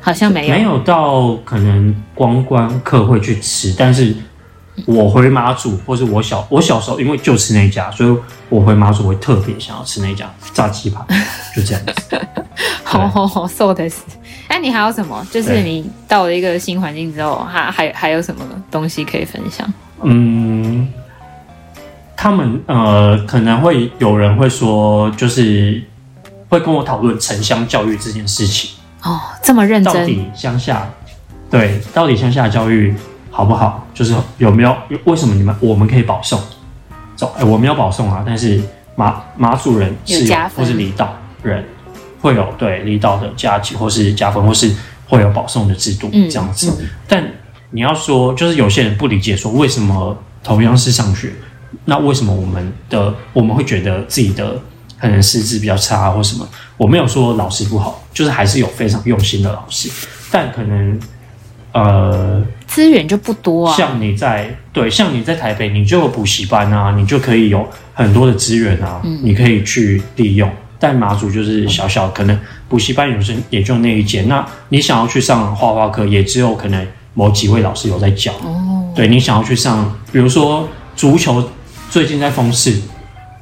S2: 好像没有，
S3: 没有到可能观光客会去吃，但是我回马祖或是我小我小时候因为就吃那一家，所以我回马祖会特别想要吃那一家炸 鸡排，就这样子。
S2: 好好好，瘦的哦是。那你还有什么？就是
S3: 对
S2: 你到了一个新环境之后，还还还有什么东西可以分享？
S3: 嗯，他们呃，可能会有人会说，就是会跟我讨论城乡教育这件事情，
S2: 哦，这么认
S3: 到
S2: 真，
S3: 底乡下对，到底乡下教育好不好？就是有没有为什么你们我们可以保送？走，哎、我们要保送啊，但是马马主人
S2: 有
S3: 是
S2: 加分
S3: 或是离岛人会有对离岛的加级或是加分，或是会有保送的制度
S2: 嗯
S3: 这样子。
S2: 嗯
S3: 但你要说，就是有些人不理解，说为什么同样是上学，那为什么我们的我们会觉得自己的可能师资比较差或什么？我没有说老师不好，就是还是有非常用心的老师，但可能呃，
S2: 资源就不多啊。
S3: 像你在对，像你在台北，你就有补习班啊，你就可以有很多的资源啊，
S2: 嗯
S3: 你可以去利用。但马祖就是小小，可能补习班有时也就那一间，那你想要去上画画课，也只有可能某几位老师有在教。
S2: 哦，
S3: 对你想要去上，比如说足球，最近在风市，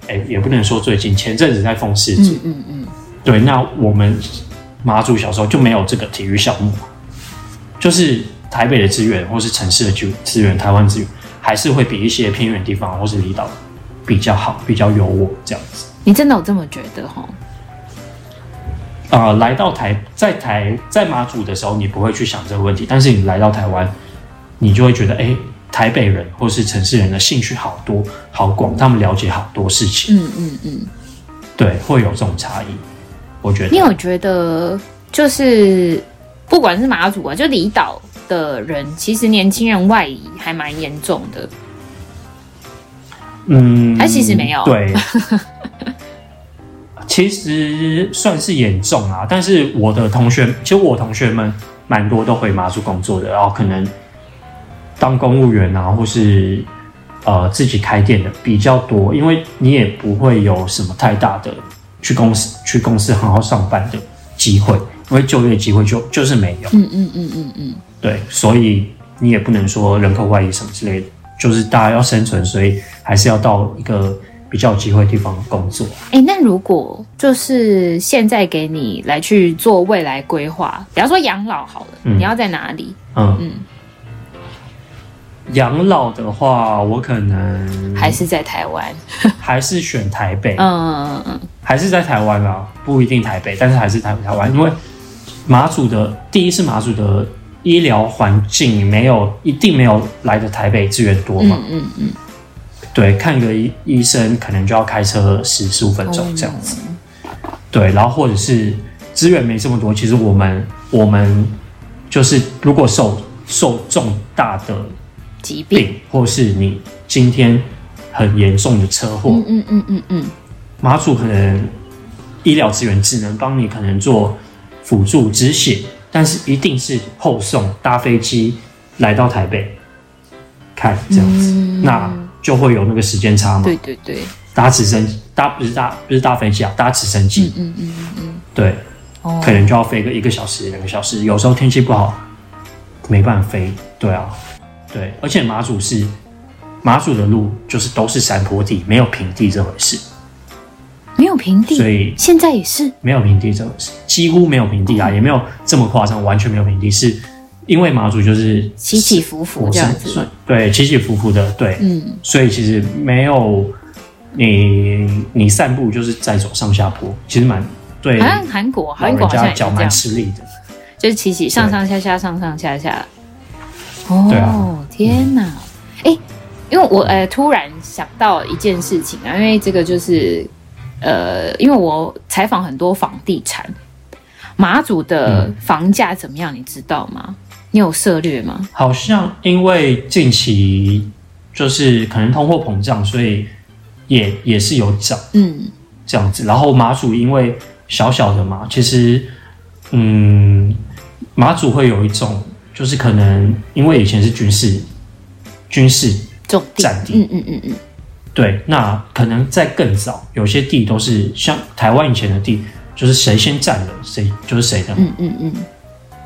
S3: 哎、也不能说最近，前阵子在风市，
S2: 嗯嗯嗯，
S3: 对，那我们马祖小时候就没有这个体育项目，啊就是台北的资源或是城市的资资源，台湾资源还是会比一些偏远地方或是离岛比较好，比较有我这样子。
S2: 你真的有这么觉得哈？
S3: 啊，来到台在台在马祖的时候，你不会去想这个问题，但是你来到台湾，你就会觉得，哎、台北人或是城市人的兴趣好多好广，他们了解好多事情，
S2: 嗯嗯嗯，
S3: 对，会有这种差异，我觉得
S2: 你。有觉得就是不管是马祖啊，就离岛的人，其实年轻人外移还蛮严重的。
S3: 嗯，
S2: 还其实没有
S3: 对，其实算是严重啊。但是我的同学，其实我同学们蛮多都回马祖工作的，然后可能当公务员啊，或是呃自己开店的比较多，因为你也不会有什么太大的去公司去公司好好上班的机会，因为就业机会就就是没有。
S2: 嗯嗯嗯嗯嗯，
S3: 对，所以你也不能说人口外移什么之类的，就是大家要生存，所以还是要到一个比较有机会的地方工作。
S2: 哎，那如果就是现在给你来去做未来规划，比方说养老好了，
S3: 嗯
S2: 你要在哪里？
S3: 嗯，
S2: 嗯，
S3: 养老的话，我可能
S2: 还是在台湾？
S3: 还是选台北，
S2: 嗯嗯嗯
S3: 还是在台湾啦，不一定台北，但是还是台台湾，因为马祖的第一是马祖的医疗环境没有一定没有来的台北资源多嘛，
S2: 嗯嗯嗯，
S3: 对，看个医医生可能就要开车十十五分
S2: 哦嗯
S3: 钟这样子。对，然后或者是资源没这么多，其实我们我们就是如果受受重大的
S2: 疾病。
S3: 病，或是你今天很严重的车祸，
S2: 嗯嗯嗯嗯嗯，
S3: 马祖可能医疗资源只能帮你可能做辅助止血，但是一定是后送搭飞机来到台北看这样子，
S2: 嗯
S3: 那就会有那个时间差嘛。
S2: 对对对，
S3: 搭直升搭不是搭不是搭飞机啊，搭直升机，
S2: 嗯嗯嗯嗯嗯，
S3: 对，
S2: 哦
S3: 可能就要飞个一个小时、两个小时，有时候天气不好没办法飞，对啊，对，而且马祖是马祖的路就是都是山坡地，没有平地这回事，
S2: 没有平
S3: 所
S2: 地，
S3: 以
S2: 现在也是
S3: 没有平地这回事，几乎没有平地
S2: 嗯
S3: 啊，也没有这么夸张，完全没有平地，是因为马祖就是
S2: 起起伏伏
S3: 我
S2: 这
S3: 是
S2: 样子
S3: 算。对，起起伏伏的，对，
S2: 嗯，
S3: 所以其实没有你你散步就是在走上下坡，其实蛮对
S2: 好
S3: 老
S2: 像韩国，韩国
S3: 人
S2: 好像
S3: 家
S2: 也是
S3: 脚
S2: 这
S3: 蛮
S2: 样，
S3: 吃力的。
S2: 就是起起上
S3: 对
S2: 上下下，上上下下。
S3: 对
S2: 哦
S3: 啊，嗯
S2: 天哪！哎，因为我呃突然想到一件事情啊，因为这个就是呃，因为我采访很多房地产，马祖的
S3: 嗯
S2: 房价怎么样，你知道吗？你有涉略吗？
S3: 好像因为近期就是可能通货膨胀，所以也也是有涨
S2: 嗯，
S3: 这样子。然后马祖因为小小的嘛，其实嗯，马祖会有一种就是可能因为以前是军事军事
S2: 种地，
S3: 占地
S2: 嗯嗯嗯嗯，
S3: 对，那可能在更早，有些地都是像台湾以前的地，就是谁先占了谁就是谁的。
S2: 嗯嗯嗯，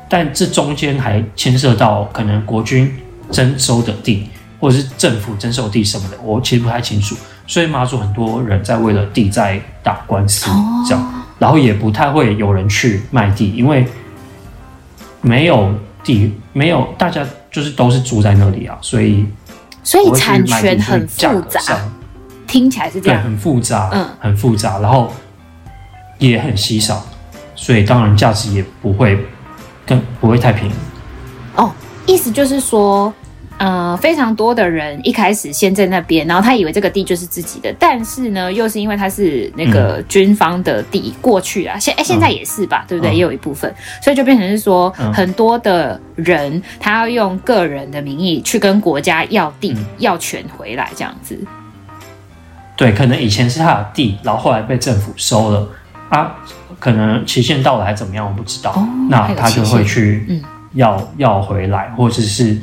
S3: 但这中间还牵涉到可能国军征收的地，或者是政府征收地什么的，我其实不太清楚。所以马祖很多人在为了地在打官司，
S2: 哦
S3: 这样，然后也不太会有人去卖地，因为没有地，没有大家就是都是住在那里啊，所以
S2: 所
S3: 不
S2: 以
S3: 会去
S2: 产
S3: 卖地
S2: 权
S3: 就是
S2: 很
S3: 价
S2: 复
S3: 格
S2: 杂，
S3: 上
S2: 听起来是这
S3: 对，
S2: 样。
S3: 很复杂，
S2: 嗯
S3: 很复杂，然后也很稀少，所以当然价值也不会更不会太便宜。
S2: 哦，意思就是说，呃，非常多的人一开始先在那边，然后他以为这个地就是自己的，但是呢，又是因为他是那个
S3: 嗯
S2: 军方的地，过去啊，现哎、现在也是吧，对不对？
S3: 嗯
S2: 也有一部分，所以就变成是说，
S3: 嗯
S2: 很多的人他要用个人的名义去跟国家要地、
S3: 嗯
S2: 要权回来，这样子。
S3: 对，可能以前是他的地，然后后来被政府收了啊，可能期限到了还怎么样，我不知道。
S2: 哦还
S3: 那
S2: 有
S3: 他就
S2: 期
S3: 会
S2: 限嗯
S3: 去要、要回来，或者是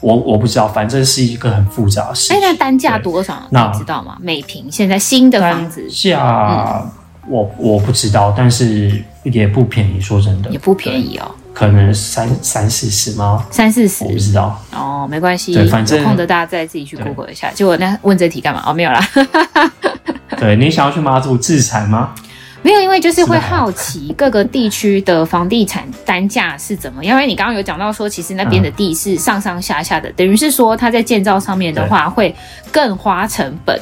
S3: 我我不知道，反正是一个很复杂的事
S2: 哎、
S3: 情。
S2: 那单价
S3: 对
S2: 多少？啊你
S3: 那
S2: 知道吗？每平现在新的房
S3: 单
S2: 子嗯
S3: 价、我我不知道，但是也不便宜，说真的
S2: 也不便，宜哦，
S3: 对可能三三四十吗？
S2: 三四十
S3: 我不知 道。
S2: 哦，没关系，
S3: 对反正
S2: 有空的大家再自己去
S3: 对
S2: Google 一下。结果那问这题干嘛？哦，没有啦，
S3: 对你想要去马祖自产吗？
S2: 没有，因为就是会
S3: 是的
S2: 好奇各个地区的房地产单价是怎么样。因为你刚刚有讲到说，其实那边的地是上上下下
S3: 嗯
S2: 的，等于是说它在建造上面的话会更花成本。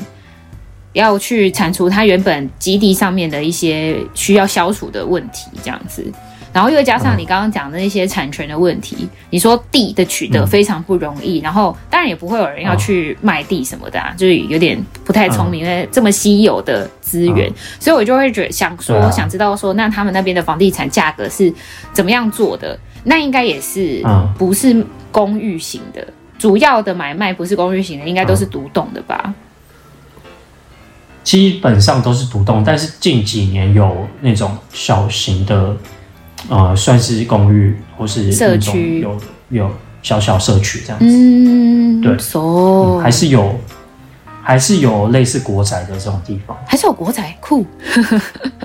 S2: 要去铲除它原本基地上面的一些需要消除的问题，这样子，然后又加上
S3: 嗯
S2: 你刚刚讲的那些产权的问题，你说地的取得
S3: 嗯
S2: 非常不容易，然后当然也不会有人要
S3: 嗯
S2: 去卖地什么的啊，就是有点不太聪明，因为这么稀有的资源，所以我就会觉得想说，
S3: 对啊
S2: 想知道说，那他们那边的房地产价格是怎么样做的？那应该也是
S3: 嗯
S2: 不是公寓型的，主要的买卖不是公寓型的，应该都
S3: 嗯
S2: 是独栋的吧？
S3: 基本上都是独栋，但是近几年有那种小型的，呃，算是公寓或是
S2: 社
S3: 那种
S2: 区
S3: 有有小小社区这样子，
S2: 嗯，
S3: 对
S2: ，so
S3: 还是有还是有类似国宅的这种地方。
S2: 还是有国仔酷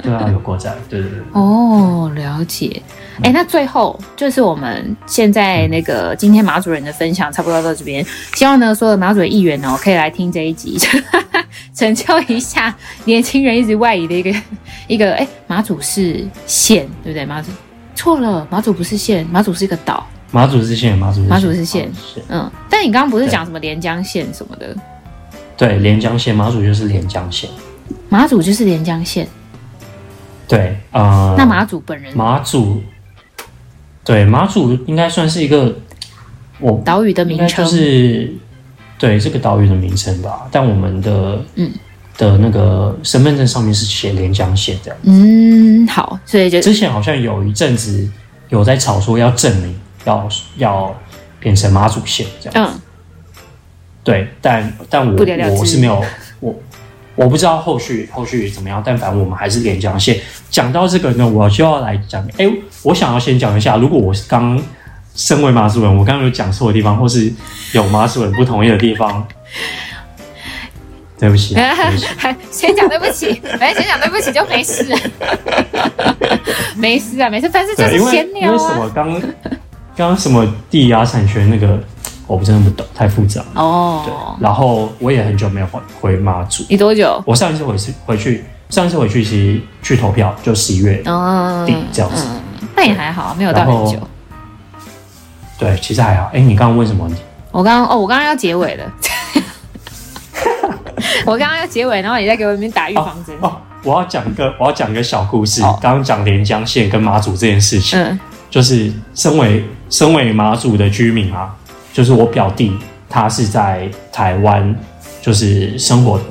S3: 对啊，有国宅，对对对。
S2: 哦，了解。哎，那最后就是我们现在那个今天马主任的分享差不多到这边，希望呢所有的马主任议员哦可以来听这一集， 成就一下年轻人一直外移的一个 一个。哎，马祖是县对不对？马祖错了，马祖不是县，马祖是一个岛。
S3: 马祖是县，马祖哦
S2: 马祖是县
S3: 是
S2: 嗯，但你刚刚不是
S3: 对
S2: 讲什么连江县什么的？
S3: 对，连江县，马祖就是连江县。
S2: 马祖就是连江县，
S3: 对，呃，
S2: 那马祖本人
S3: 马祖，对马祖应该算是一个我
S2: 岛屿的
S3: 应
S2: 名
S3: 该
S2: 称
S3: 就是对这个岛屿的名称吧。但我们的
S2: 嗯
S3: 的那个身份证上面是写连江县的。
S2: 嗯，好，所以就
S3: 之前好像有一阵子有在吵说要证明要要变成马祖县这样。
S2: 嗯，
S3: 对，但但我
S2: 不了了之
S3: 我是没有我我不知道后续后续怎么样，但反正我们还是连江县。讲到这个呢，我就要来讲，哎、我想要先讲一下，如果我是刚身为马祖人，我刚刚有讲错的地方，或是有马祖人不同意的地方，对不起，对 不起，
S2: 先讲对不 起，反正先讲对不起就没事，没事啊，没事，反正就
S3: 对，
S2: 是
S3: 因为
S2: 闲
S3: 因
S2: 聊
S3: 为什么
S2: 啊。
S3: 刚刚刚什么地压产权那个，我真的不懂，太复杂。对
S2: 哦，，
S3: 然后我也很久没有回回马祖，
S2: 你多久？
S3: 我上一次回去回去，上一次回去其实去投票就十一月，
S2: 嗯
S3: 地这样子
S2: 嗯，那也还好，没有到
S3: 然后
S2: 很久。
S3: 对，其实还好。哎、你刚刚问什么问题？
S2: 我刚刚哦，我刚刚要结尾了， 我刚刚要结尾，然后你在给我那边打预防针。
S3: 哦，我要讲一个，我要讲一个小故事。
S2: 好
S3: 刚刚讲连江县跟马祖这件事情，
S2: 嗯
S3: 就是身为身为马祖的居民啊，就是我表弟，他是在台湾就是生活的，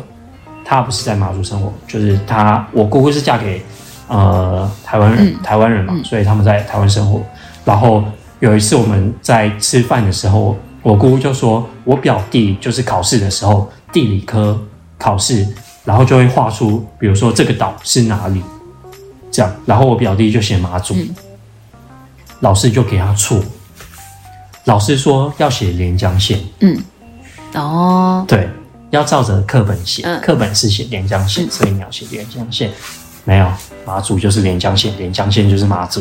S3: 他不是在马祖生活，就是他我姑姑是嫁给呃台湾人，
S2: 嗯
S3: 台湾人嘛，
S2: 嗯
S3: 所以他们在台湾生活。然后有一次我们在吃饭的时候，我姑姑就说，我表弟就是考试的时候地理科考试，然后就会画出，比如说这个岛是哪里，这样，然后我表弟就写马祖，
S2: 嗯
S3: 老师就给他错，老师说要写连江县，
S2: 嗯，哦，
S3: 对，要照着课本写
S2: 嗯，
S3: 课、本是写连江县，
S2: 嗯
S3: 所以你要写连江县。没有，马祖就是连江县，连江县就是马祖。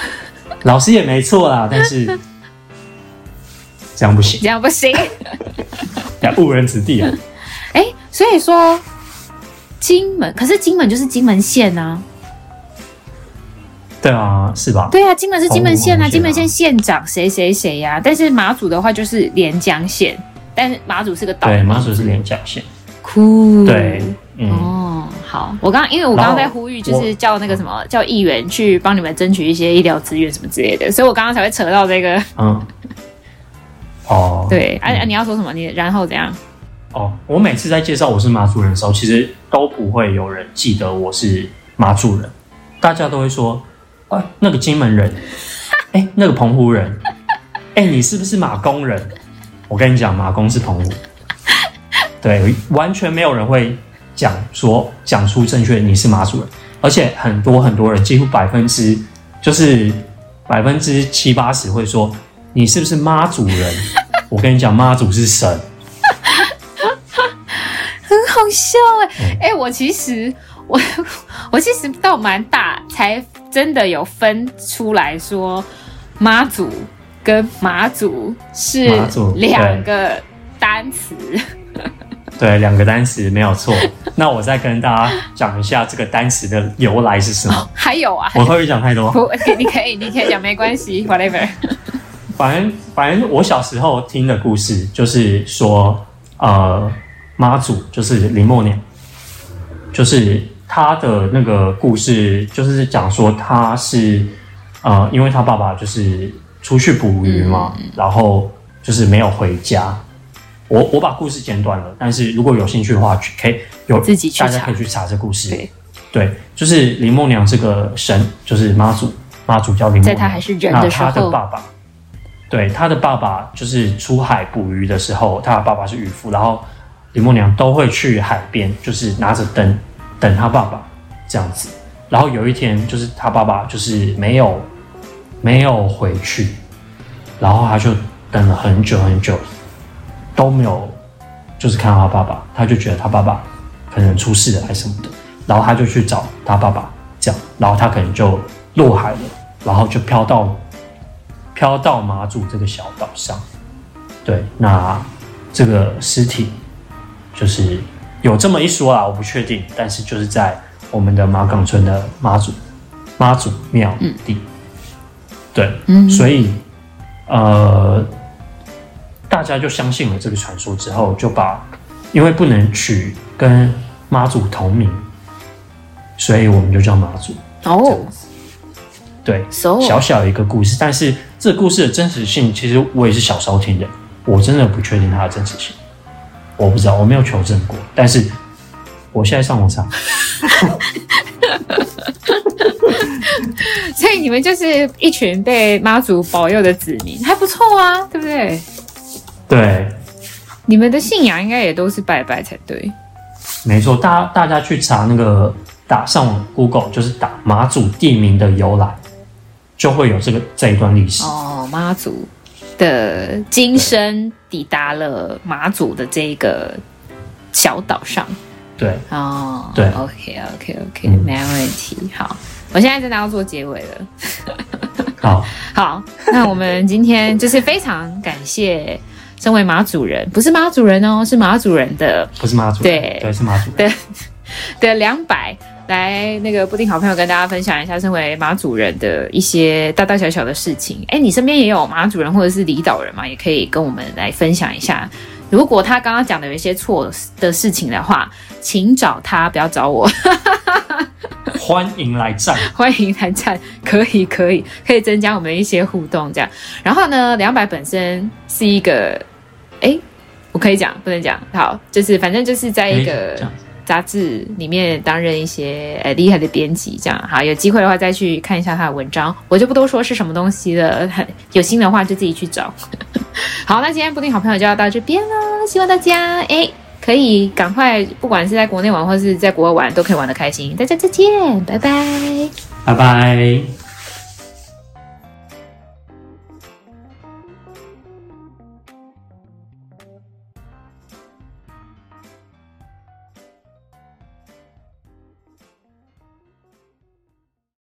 S3: 老师也没错啦，但是这样不行，
S2: 这样不 行。
S3: 要误人子弟啊。
S2: 哎，所以说金门，可是金门就是金门县啊。
S3: 对啊，是吧？
S2: 对啊，金门是金门县啊，
S3: 哦
S2: 金门县县长谁谁谁呀、但是马祖的话就是连江县，但是马祖是个岛。
S3: 对，马祖是连江县。
S2: 酷。
S3: 对，嗯，
S2: 哦，好，我刚因为我刚刚在呼吁，就是叫那个什么
S3: 嗯
S2: 叫议员去帮你们争取一些医疗资源什么之类的，所以我刚刚才会扯到这个。
S3: 嗯，哦，
S2: 对，哎、啊
S3: 嗯
S2: 你要说什么？你然后怎样？
S3: 哦，我每次在介绍我是马祖人的时候，其实都不会有人记得我是马祖人，大家都会说，哎，那个金门人， 哎，那个澎湖人，哎，你是不是马公人？我跟你讲，马公是澎湖，对，完全没有人会讲说讲出正确你是马祖人，而且很多很多人，几乎百分之就是百分之七八十会说你是不是妈祖人？我跟你讲，妈祖是神。
S2: 很好笑哎、
S3: 嗯
S2: 哎、我其实我 我其实到蛮大才真的有分出来说妈祖跟马祖是
S3: 妈祖对
S2: 两个单词。
S3: 对，两个单词没 有错。那我再跟大家讲一下这个单词的由来是 什么。
S2: 还有啊，
S3: 我会不会讲 太多？
S2: 不，你可以你可以讲没关 系，whatever。
S3: 反正反正我小时候听的故事就是说，呃，妈祖就是林默娘，就是她的那个故事，就是讲说她是呃，因为她爸爸就是出去捕鱼嘛，
S2: 嗯
S3: 然后就是没有回家。我我把故事剪短了，但是如果有兴趣的话，去可以有
S2: 自己去
S3: 大家
S2: 查
S3: 可以去查这故事。
S2: 对
S3: 对，就是林默娘这个神，就是妈祖，妈祖叫林默娘。
S2: 在她还是人的时候
S3: 那她的爸爸，对，她的爸爸就是出海捕鱼的时候，她的爸爸是渔夫，然后林默娘都会去海边，就是拿着灯等她爸爸这样子。然后有一天，就是她爸爸就是没有没有回去，然后她就等了很久很久都没有，就就是看到他爸爸，他就觉得他爸爸可能出事了还是什么的，然后他就去找他爸爸，这样，然后他可能就落海了，然后就飘到飘到马祖这个小岛上。对，那这个尸体就是有这么一说啊，我不确定，但是就是在我们的马岗村的妈祖妈祖庙地。对，
S2: 嗯
S3: 所以呃，大家就相信了这个传说之后，就把因为不能取跟妈祖同名，所以我们就叫妈祖。
S2: 哦
S3: 对，
S2: ，so
S3: 小小一个故事，但是这个故事的真实性，其实我也是小时候听的，我真的不确定它的真实性，我不知道，我没有求证过，但是我现在上 网查，
S2: 所以你们就是一群被妈祖保佑的子民，还不错啊，对不对？
S3: 对，
S2: 你们的信仰应该也都是拜拜才对。
S3: 没错，大家大家去查那个打上网 Google，就是打马祖地名的由来，就会有这个这一段历史。
S2: 哦，妈祖的今生抵达了马祖的这个小岛上。
S3: 对，
S2: 哦，
S3: 对
S2: ，OK OK OK，、
S3: 嗯
S2: 没问题。好，我现在真的要做结尾了。
S3: 好，
S2: 好， 那我们今天就是非常感谢身为马祖人，不是马祖人哦，是马祖人的
S3: 不是马祖，
S2: 对
S3: 对，是马 祖，
S2: 对的两百来那个布丁好朋友跟大家分享一下，身为马主人的一些大大小小的事情。哎，你身边也有马主人或者是离岛人嘛？也可以跟我们来分享一下。如果他刚刚讲的有一些错的事情的话，请找他，不要找我。
S3: 欢迎来战，
S2: 欢迎来战，可以可以，可以增加我们一些互动这样。然后呢，两百本身是一个，哎，我可以讲不能讲，好，就是反正就是在一
S3: 诶
S2: 个
S3: 哎这样子
S2: 杂志里面担任一些呃厉害的编辑这样。好，有机会的话再去看一下他的文章，我就不多说是什么东西了，有心的话就自己去找。 好，那今天布丁好朋友就要到这边了，希望大家哎。可以赶快，不管是在国内玩或是在国外玩，都可以玩得开心。大家再见，拜拜。
S3: 拜拜。